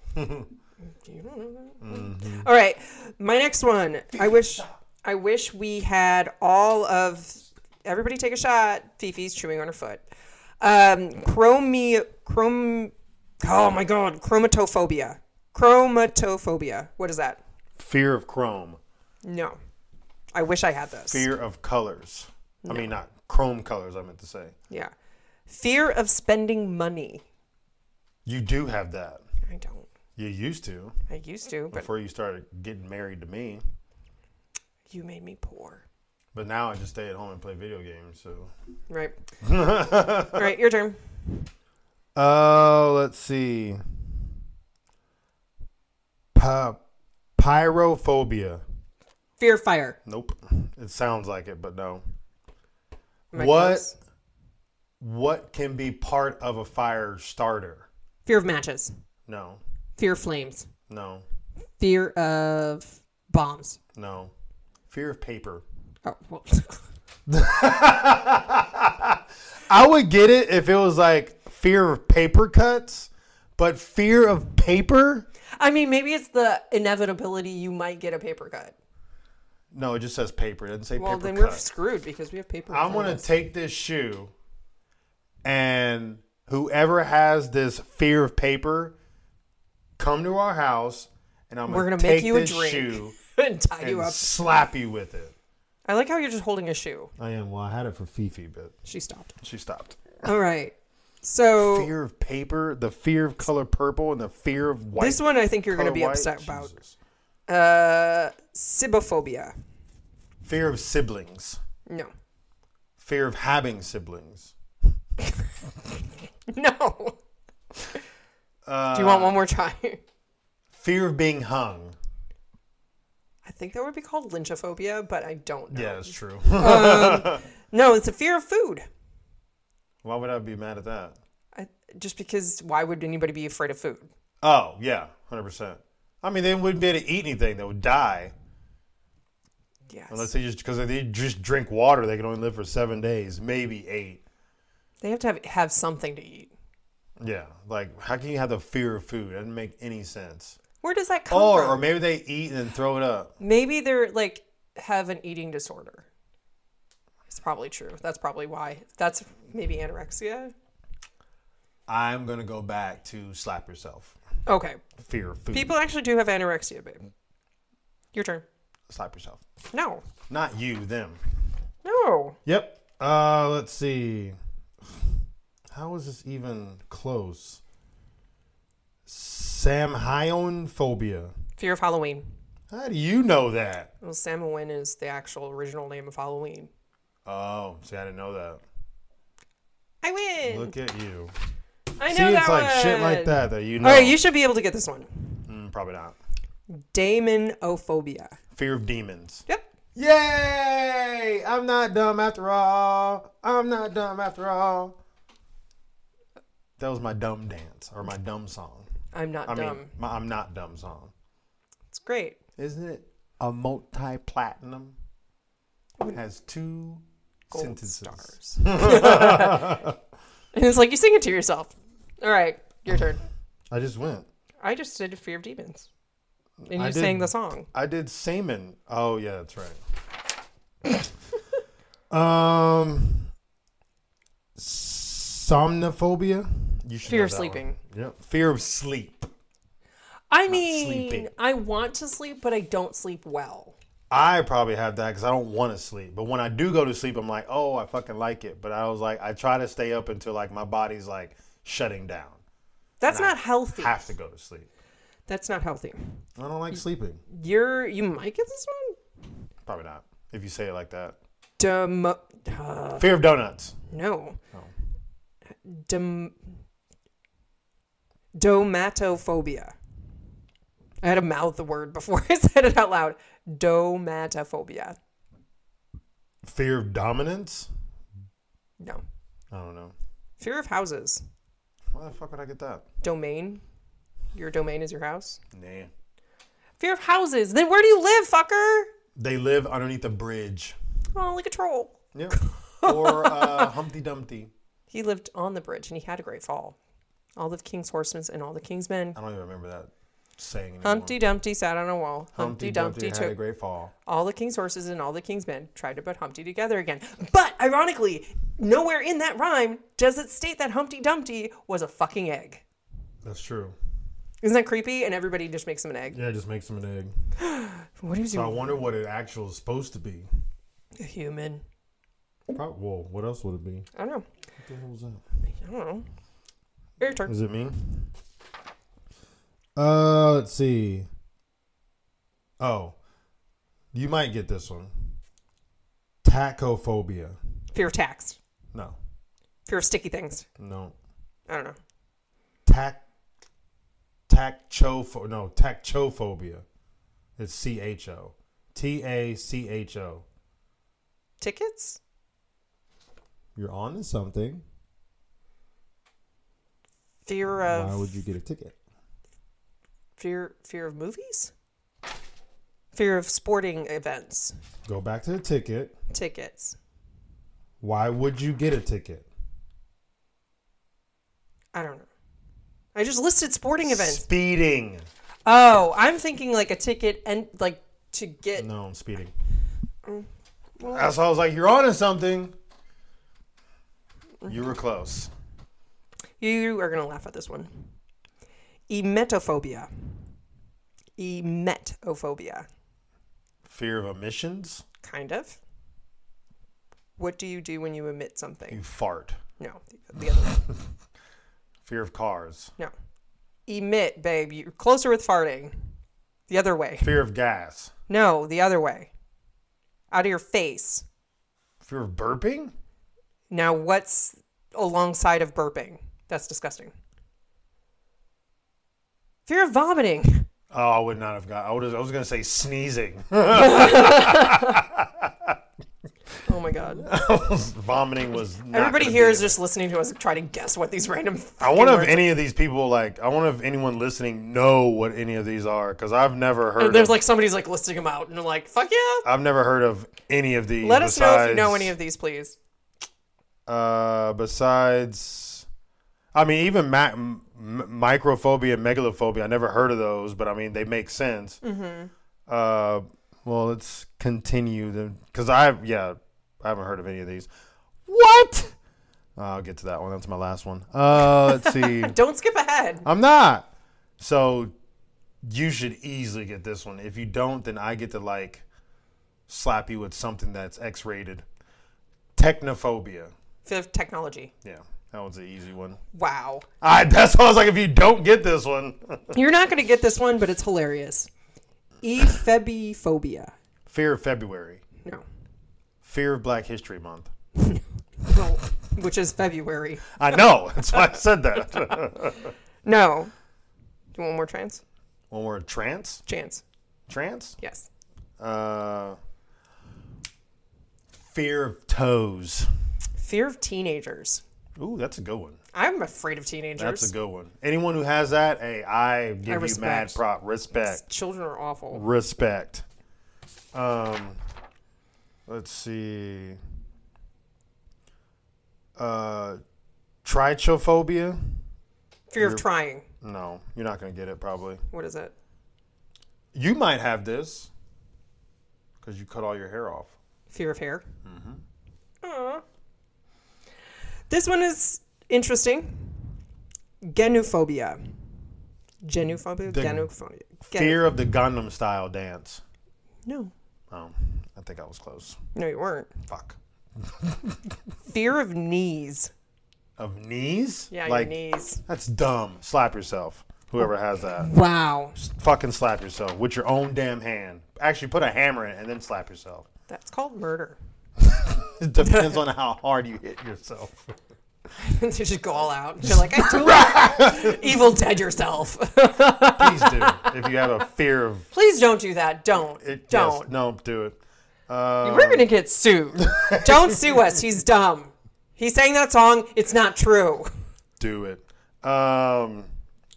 All right, my next one. I wish, I wish we had all of everybody take a shot. Fifi's chewing on her foot. Um, chromi, chrom, oh my god, chromatophobia. Chromatophobia. What is that?
Fear of chrome.
No, I wish I had this.
Fear of colors. I mean, not chrome colors, I meant to say.
Yeah, fear of spending money.
You do have that.
I don't.
You used to
I used to, but
before you started getting married to me.
You made me poor.
But now I just stay at home and play video games. So
Right. right, your turn.
Oh, let's see. Py- pyrophobia.
Fear fire.
Nope. It sounds like it, but no.
Am I
What?
close?
What can be part of a fire starter?
Fear of matches.
No.
Fear of flames.
No.
Fear of bombs.
No. Fear of paper.
Oh, well,
I would get it if it was like fear of paper cuts, but fear of paper?
I mean, maybe it's the inevitability you might get a paper cut.
No, it just says paper. It doesn't say
Well,
paper
then
cut.
we're screwed because we have paper. in
I'm
front of
gonna
us.
take this shoe, and whoever has this fear of paper, come to our house, and I'm
We're
gonna,
gonna
take
make you a
this
drink
shoe
and tie you
and
up.
slap you with it.
I like how you're just holding a shoe.
I am. Well, I had it for Fifi, but
She stopped.
she stopped.
All right. So
Fear of paper, the fear of color purple, and the fear of white.
this one I think you're going to
color
be
white.
upset about.
Jesus.
Uh, Sibophobia.
Fear of siblings.
No.
Fear of having siblings.
No.
Uh,
Do you want one more try?
Fear of being hung.
I think that would be called lynchophobia, but I don't know.
Yeah, that's true.
No, it's a fear of food.
Why would I be mad at that?
I, just because why would anybody be afraid of food?
Oh yeah, hundred percent. I mean, they wouldn't be able to eat anything; they would die
Yes.
unless they just because they just drink water. They can only live for seven days, maybe eight.
they have to have, have something to eat.
Yeah, like how can you have the fear of food? It doesn't make any sense.
Where does that come
Or,
from?
Oh, or maybe they eat and then throw it up.
Maybe they're like have an eating disorder. It's probably true. That's probably why. That's maybe anorexia.
I'm gonna go back to slap yourself.
Okay.
Fear of food.
People actually do have anorexia, babe. Your turn.
slap yourself.
No.
Not you, them.
No.
Yep. Uh, let's see. How is this even close? Samhain phobia.
Fear of Halloween.
How do you know that?
Well, Samhain is the actual original name of Halloween.
Oh, see, I didn't know that.
I win.
Look at you.
I know
see,
that
it's like shit
one.
like that that you know.
All right, you should be able to get this one.
Mm, probably not.
Daemonophobia.
Fear of demons.
Yep.
Yay! I'm not dumb after all. I'm not dumb after all. That was my dumb dance or my dumb song.
I'm not
I
dumb.
mean, my I'm not dumb song.
it's great.
Isn't it a multi platinum? Has two
Gold
sentences.
stars. and it's like you sing it to yourself. All right, your turn.
I just went.
I just did Fear of Demons. And you
I
sang
did-
the song.
I did semen. Oh yeah, that's right. um, somnophobia. You should
Fear
know
of
that
sleeping.
One. Yep. Fear of sleep.
I mean,
sleeping.
I want to sleep, but I don't sleep well.
I probably have that because I don't want to sleep. But when I do go to sleep, I'm like, oh, I fucking like it. But I was like, I try to stay up until like my body's like shutting down.
That's
And I
not healthy.
Have to go to sleep.
That's not healthy.
I don't like sleeping.
You're you might get this one.
Probably not. If you say it like that.
Dem uh,
Fear of donuts.
no. Dem domatophobia. I had to mouth the word before I said it out loud. Domatophobia.
Fear of dominance.
No.
I don't know.
Fear of houses.
Why the fuck would I get that?
Domain. Your domain is your house.
Nah.
Fear of houses. Then where do you live, fucker?
They live underneath a bridge.
Oh, like a troll.
Yep. or uh, Humpty Dumpty.
He lived on the bridge and he had a great fall. All the king's horsemen and all the king's men.
I don't even remember that saying anymore.
Humpty Dumpty sat on a wall. Humpty, Dumpty,
had a
took
great fall.
all the king's horses and all the king's men tried to put Humpty together again. But ironically, nowhere in that rhyme does it state that Humpty Dumpty was a fucking egg.
That's true.
Isn't that creepy? And everybody just makes him an egg.
Yeah, it just makes them an egg.
What is he?
So I wonder what it actual is supposed to be.
A human.
Probably, well, what else would it be?
I don't know.
What the hell was that?
I don't know. Your turn.
Is it me? Uh, let's see. Oh, You might get this one. Tachophobia.
Fear of tax.
No,
Fear of sticky things.
no.
I don't know.
Tac. Tachopho. No, tachophobia. It's C H O. T A C H O.
Tickets?
You're on to something.
Fear
Why
of
would you get a ticket?
fear fear of movies? Fear of sporting events.
Go back to the ticket.
Tickets.
Why would you get a ticket?
I don't know. I just listed sporting events.
Speeding.
Oh, I'm thinking like a ticket and like to get
No, I'm speeding. That's why I was like, you're on to something. You were close.
You are going to laugh at this one. Emetophobia. Emetophobia.
Fear of emissions?
Kind of. What do you do when you emit something?
You fart.
No, the other one.
Fear of cars.
No. Emit, babe. You're closer with farting. The other way.
Fear of gas.
No, the other way. Out of your face.
Fear of burping?
Now, what's alongside of burping? That's disgusting. Fear of vomiting.
Oh, I would not have got. I, would have, I was going to say sneezing.
Oh my god.
Vomiting was. Not
Everybody
gonna
here
be
is
it.
just listening to us try to guess what these random.
I wonder if
fucking
any of these people like. I wonder if anyone listening know what any of these are because I've never heard.
words- There's
of,
like somebody's like listing them out, and they're like, "Fuck yeah!"
I've never heard of any of these.
Let us know if you know
besides-
any of these, please.
Uh, besides, I mean, even ma- m- m- microphobia, megalophobia. I never heard of those, but I mean, they make sense. Uh, well, let's continue then, because I've yeah, I haven't heard of any of these. What? I'll get to that one. That's my last one. Uh, let's see.
Don't skip ahead.
I'm not. So you should easily get this one. If you don't, then I get to like slap you with something that's X-rated. Technophobia.
Fifth technology.
Yeah, that one's an easy one.
Wow.
I that's why I was like, if you don't get this one,
You're not going to get this one, but it's hilarious. Ephebophobia.
fear of February,
No.
fear of Black History Month.
Well, which is February.
I know that's why I said that.
No. Do you want one more chance?
one word, trance,
Chance.
trance.
Yes.
Uh, fear of toes.
Fear of teenagers.
Ooh, that's a good one.
I'm afraid of teenagers.
That's a good one. Anyone who has that, hey, I give you mad
respect.
prop. Respect.
Children are awful.
Respect. Um, let's see. Uh, trichophobia.
Fear of trying.
No, you're not gonna get it probably.
What is it?
You might have this because you cut all your hair off.
Fear of hair. Aw. This one is interesting. Genophobia. Genophobia?
The
Genophobia. Gen-
Fear of the Gundam style dance.
No.
Oh, I think I was close.
No, you weren't.
Fuck.
Fear of knees.
Of knees?
Yeah,
like,
your knees.
That's dumb. Slap yourself. Whoever has that.
Wow.
Fucking slap yourself with your own damn hand. Actually, put a hammer in it and then slap yourself.
That's called murder.
It depends on how hard you hit yourself.
they just go all out. You're like, I do Evil dead yourself.
Please do. if you have a fear of
Please don't do that. Don't.
it, yes,
don't.
no, do it. Uh,
We're gonna get sued. Don't sue us. He's dumb. He sang that song. It's not true.
do it. Um,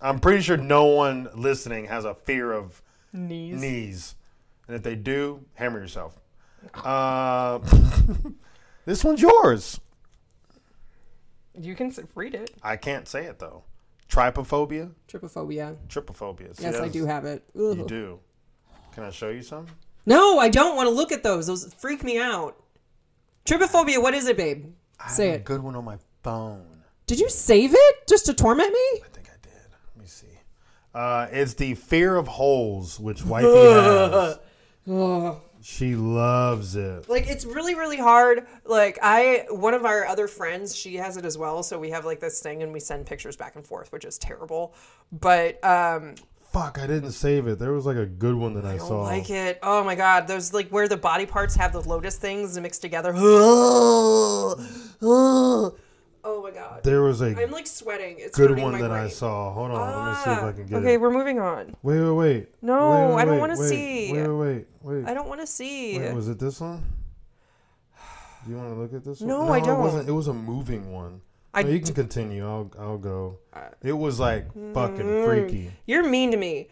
I'm pretty sure no one listening has a fear of
Knees.
knees, and if they do, hammer yourself. Uh, this one's yours.
You can s- read it.
I can't say it though. Trypophobia,
Trypophobia.
trypophobia. See,
Yes, I
that's-
do have it.
You
Ugh.
do. Can I show you some?
No, I don't want to look at those. Those freak me out. Trypophobia. What is it, babe?
I
Say
have a
it.
good one on my phone.
Did you save it just to torment me?
I think I did. Let me see. Uh, it's the fear of holes, which wifey has.
Ugh.
She loves it.
Like it's really really hard. Like I one of our other friends, she has it as well, so we have like this thing and we send pictures back and forth, which is terrible. But um
fuck, I didn't save it. There was like a good one that I,
I
saw.
don't like it. Oh my god, those like where the body parts have the lotus things mixed together.
Oh
Oh my god.
There was a
I'm like sweating. It's
good
hurting
one
my
that I
brain. Ah,
saw. Hold on, let me see if I can get
okay,
it.
we're moving on.
Wait, wait, wait.
No,
Wait, wait,
I don't
wait,
wanna
wait,
see.
Wait, wait, wait.
I don't want to see.
Wait, was it this one? Do you want to look at this
No,
one?
I
It, wasn't.
don't.
it was a moving one.
I
No, you
d- Uh,
can continue. I'll I'll go. It was like
mm.
fucking freaky.
You're mean to me.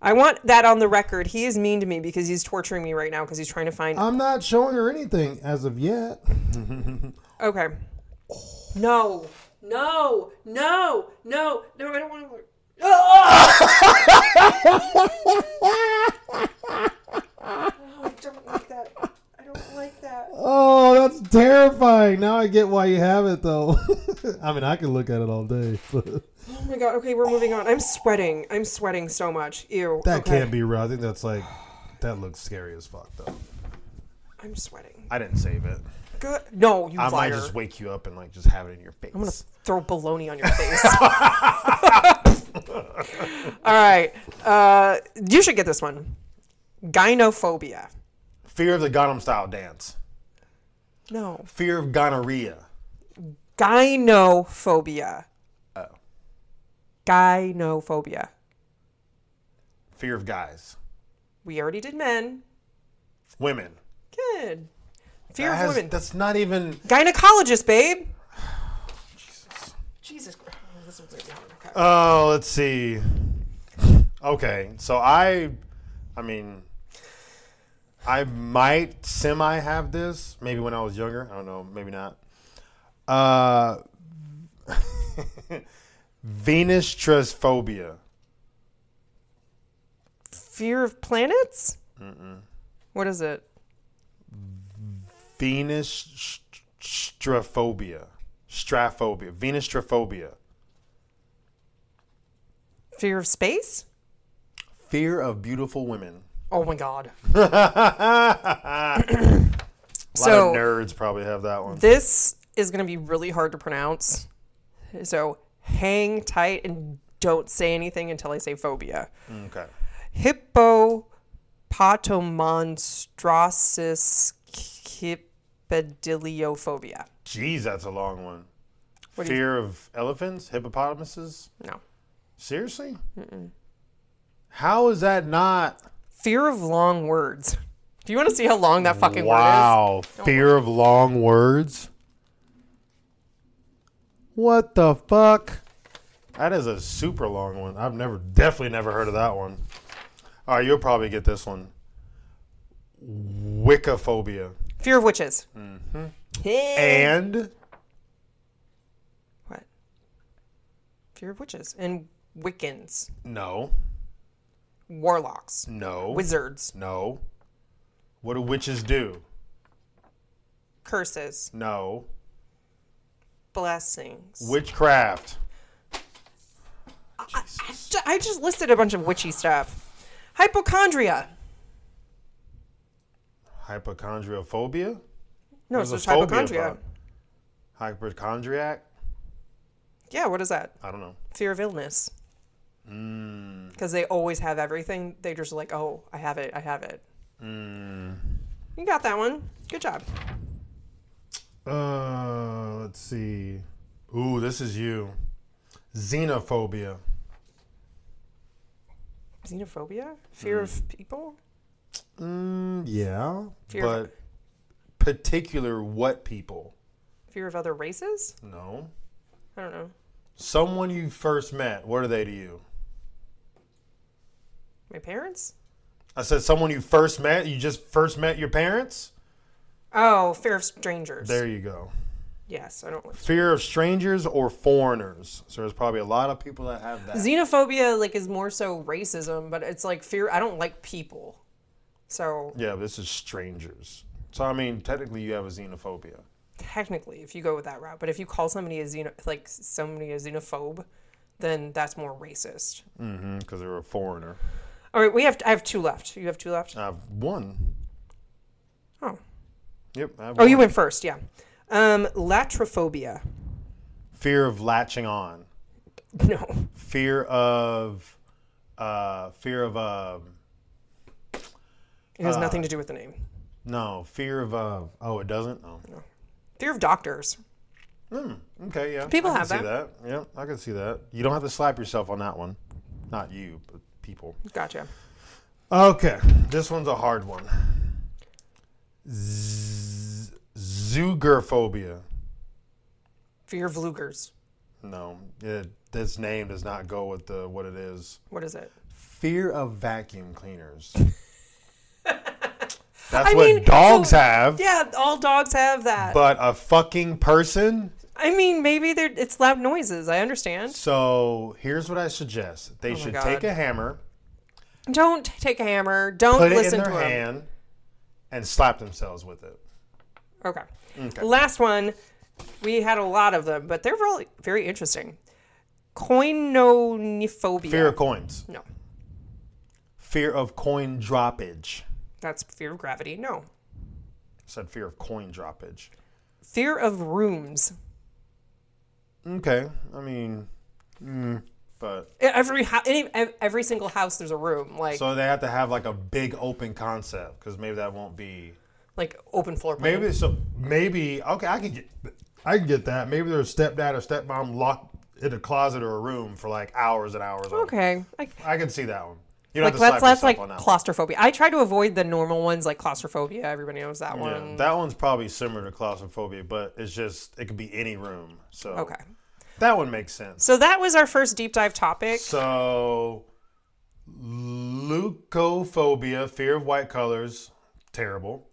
I want that on the record. He is mean to me because he's torturing me right now because he's trying to find.
I'm not showing her anything as of yet.
okay. No. No. No. No. No. I don't want to. no, I don't like that. I don't like that.
Oh, that's terrifying. Now I get why you have it though. I mean, I could look at it all day. But
Oh my god. Okay, we're moving on. I'm sweating. I'm sweating so much. Ew.
that
okay.
can't be real. I think that's like that looks scary as fuck though.
I'm sweating.
I didn't save it.
Good. No, you
I
liar.
might just wake you up and like just have it in your face.
I'm gonna throw baloney on your face. All right, uh, you should get this one. Gynophobia.
Fear of the Gotham style dance.
No,
Fear of gonorrhea.
gynophobia.
Oh.
Gynophobia.
Fear of guys.
We already did men.
Women.
Good. Fear
That
of
has-
women.
That's not even.
Gynecologist, babe. Jesus. Jesus Christ. Oh, this one's gonna be hard. Okay.
Oh, let's see. Okay, so I, I mean, I might semi have this. Maybe when I was younger. I don't know. Maybe not. Uh, Venus trisphobia.
Fear of planets. What is it?
Venus st- straphobia. Straphobia. Venus straphobia.
Fear of space.
Fear of beautiful women.
Oh my God.
A lot
so
of nerds probably have that one.
This is going to be really hard to pronounce. So hang tight and don't say anything until I say phobia.
Mm, Okay.
Hippopotomonstrosis kipediliophobia.
Jeez, that's a long one.
What do you-
Fear of elephants, hippopotamuses.
No.
Seriously? How is that not?
Fear of long words. Do you want to see how long that fucking word
Wow. Fear of long words. What the fuck? That is a super long one. I've never, definitely never heard of that one. All right, you'll probably get this one. Wiccaphobia
is? Fear of witches. Hey.
and
What? Fear of witches and Wiccans,
no,
warlocks,
no,
wizards,
no. What do witches do?
curses,
No.
blessings.
Witchcraft.
Ju- I just listed a bunch of witchy stuff. Hypochondria.
Hypochondrophobia?
No,
What
it's
is a
just
phobia
hypochondria.
about? Hypochondriac?
Yeah, what is that?
I don't know.
Fear of illness.
Mm.
Because they always have everything. They just like, oh, I have it, I have it. You got that one. Good job.
Hmm. Uh, let's see. Ooh, this is you. Xenophobia.
Xenophobia? Fear of people?
Mm, yeah.
Fear
but
of-
particular what people?
Fear of other races?
No.
I don't know.
Someone you first met, what are they to you?
My parents?
I said someone you first met, you just first met your parents?
Oh, fear of strangers.
There you go.
Yes, I don't like
Fear of strangers or foreigners. So there's probably a lot of people that have that.
Xenophobia like is more so racism, but it's like fear I don't like people. So
Yeah, this is strangers. So I mean, technically, you have a xenophobia.
technically if you go with that route but if you call somebody a xeno like somebody a xenophobe then that's more racist
Mm-hmm. Because they're a foreigner.
all right we have i have two left you have two left
I have one.
oh
Yep. I have
oh you
one.
went first yeah um latrophobia
Fear of latching on.
no
Fear of uh, fear of um,
It has nothing to do with the name.
no fear of uh, oh it doesn't oh Hmm,
Fear of doctors.
okay yeah
People
I can
have
see
that.
that yeah I can see that you don't have to slap yourself on that one not you but people
Gotcha.
okay this one's a hard one Z- zoogerphobia
Fear of Lugers.
no it, this name does not go with the what it is
What is it?
fear of vacuum cleaners. That's
I
what
mean,
dogs
so-
have.
Yeah, all dogs have that.
But a fucking person.
I mean, maybe they're it's loud noises. I understand.
So here's what I suggest: they should take
Oh God.
a hammer,
Don't take a hammer. Don't
put it in
listen
their
to them.
hand, and slap themselves with it.
Okay. Last one. We had a lot of them, but they're really very interesting. Coinophobia.
Fear of coins.
no,
Fear of coin droppage.
that's fear of gravity. No,
said fear of coin droppage.
fear of rooms.
Okay, I mean, mm, but
E-, Every ho- any, e-, every single house, there's a room like
so they have to have like a big open concept because maybe that won't be
like open floor plan.
Maybe so. Maybe okay. I can get. I can get that. Maybe their stepdad or stepmom locked in a closet or a room for like hours and hours. on-
Okay, like
I can see that one. You don't
like that's
have to
that's
slap yourself
like
on that. one.
claustrophobia. I try to avoid the normal ones like claustrophobia. Everybody knows that one.
Yeah, that one's probably similar to claustrophobia, but it's just it could be any room. So
okay,
that one makes sense.
so that was our first deep dive topic.
So leucophobia, fear of white colors, terrible.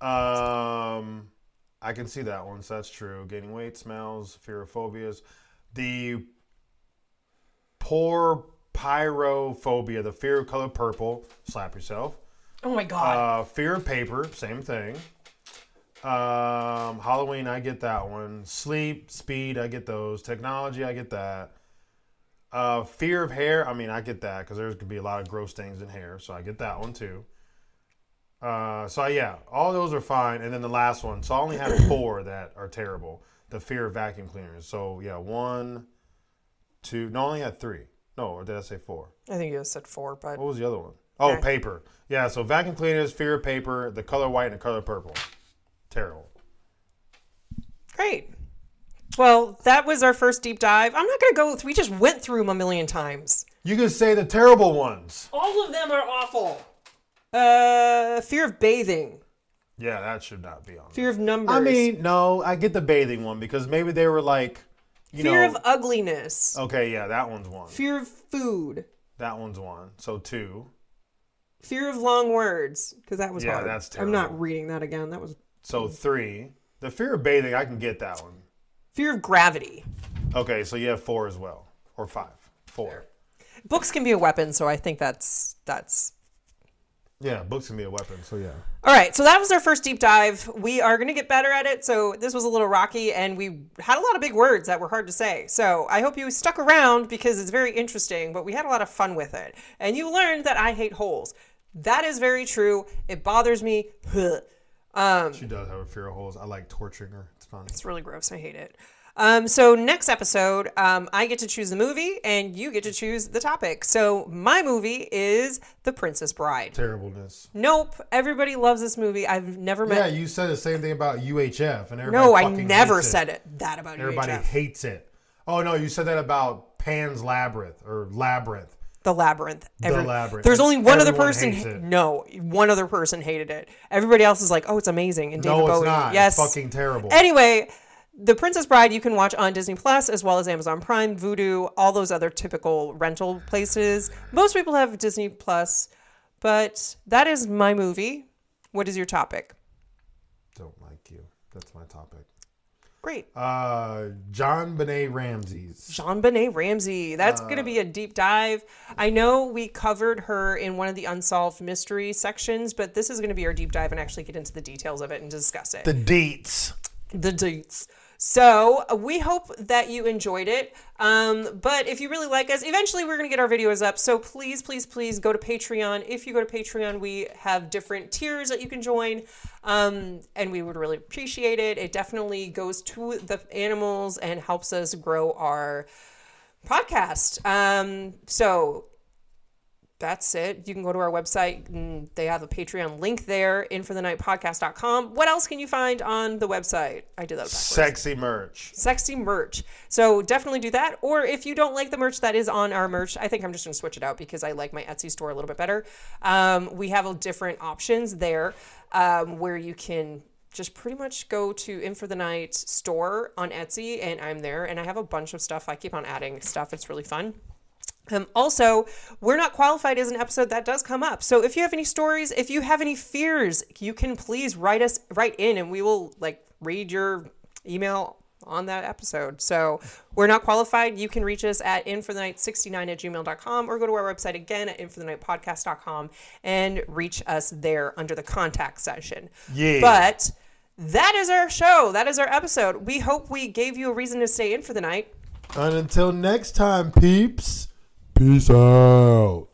Um, I can see that one. So that's true. Gaining weight, smells, fear of phobias. The poor pyrophobia, the fear of color purple. Slap yourself.
Oh my god.
Uh, fear of paper, same thing. Um, Halloween, I get that one. Sleep, speed, I get those. Technology, I get that. Uh, fear of hair, I mean, I get that because there's gonna be a lot of gross things in hair, so I get that one too. Uh, so yeah, all those are fine, and then the last one. So I only have four that are terrible. The fear of vacuum cleaners. So yeah, one, two. No, I only had three. No, or did I say four?
Uh, I think you said four, but
What was the other one? Oh, paper. Yeah, so vacuum cleaners, fear of paper, the color white and the color purple. Terrible.
great. Well, that was our first deep dive. I'm not going to go. Th- we just went through them a million times.
You could say the terrible ones.
All of them are awful. Uh, fear of bathing,
Yeah, that should not be on. there.
fear of numbers,
I mean, no, I get the bathing one because maybe they were like, you
fear
know, Oh.
of ugliness,
okay, yeah, that one's one.
fear of food,
That one's one. So two.
fear of long words. Because that was
Yeah,
hard.
that's
I'm not
terrible.
reading that again. That was
So three. The fear of bathing, I can get that one.
fear of gravity.
Okay, so you have four as well, or five, four.
Books can be a weapon, so I think that's that's
Yeah, books can be a weapon. So yeah.
All right, so that was our first deep dive. We are going to get better at it. So this was a little rocky, and we had a lot of big words that were hard to say. So I hope you stuck around because it's very interesting, but we had a lot of fun with it. And you learned that I hate holes. That is very true. It bothers me. Um,
She does have a fear of holes. I like torturing her. It's fun.
it's really gross. I hate it. Um, so next episode, um, I get to choose the movie, and you get to choose the topic. So my movie is The Princess Bride.
Terribleness.
Nope. Everybody loves this movie. I've never met
Yeah, you said the same thing about UHF, and everybody.
No, I
fucking
never
hates
said it. that about
Everybody
UHF.
hates it. Oh no, you said that about Pan's Labyrinth or Labyrinth.
The labyrinth.
Labyrinth.
There's only one other
Everyone
person.
hates it.
No, one other person hated it. Everybody else is like, "Oh, it's amazing." And David
no,
Bowie.
it's not.
Yes.
It's fucking terrible.
anyway, The Princess Bride you can watch on Disney Plus as well as Amazon Prime, Vudu, all those other typical rental places. Most people have Disney Plus, but that is my movie. What is your topic?
Don't like you. That's my topic.
Great.
Uh, John Benet Ramses.
Jean Benet Ramsey. That's going to be a deep dive. I know we covered her in one of the unsolved mystery sections, but this is going to be our deep dive and actually get into the details of it and discuss it.
The Deets.
The dates. So we hope that you enjoyed it. Um, but if you really like us, eventually we're going to get our videos up. So please, please, please go to Patreon. If you go to Patreon, we have different tiers that you can join. Um, and we would really appreciate it. It definitely goes to the animals and helps us grow our podcast. Um, so that's it. You can go to our website. and They have a Patreon link there, infothenightpodcast.com. What else can you find on the website? I did that backwards.
Sexy merch.
Sexy merch. So definitely do that. Or if you don't like the merch that is on our merch, I think I'm just going to switch it out because I like my Etsy store a little bit better. Um, we have a different options there um, where you can just pretty much go to In for the Night store on Etsy, and I'm there, and I have a bunch of stuff. I keep on adding stuff. It's really fun. Um, also, We're Not Qualified is an episode that does come up. So if you have any stories, if you have any fears, you can please write us write in and we will like read your email on that episode. So we're not qualified. You can reach us at infothernight69 at gmail.com or go to our website again at infotherlightpodcast.com and reach us there under the contact section.
Yeah.
But that is our show. That is our episode. We hope we gave you a reason to stay in for the night.
And until next time, peeps, peace out.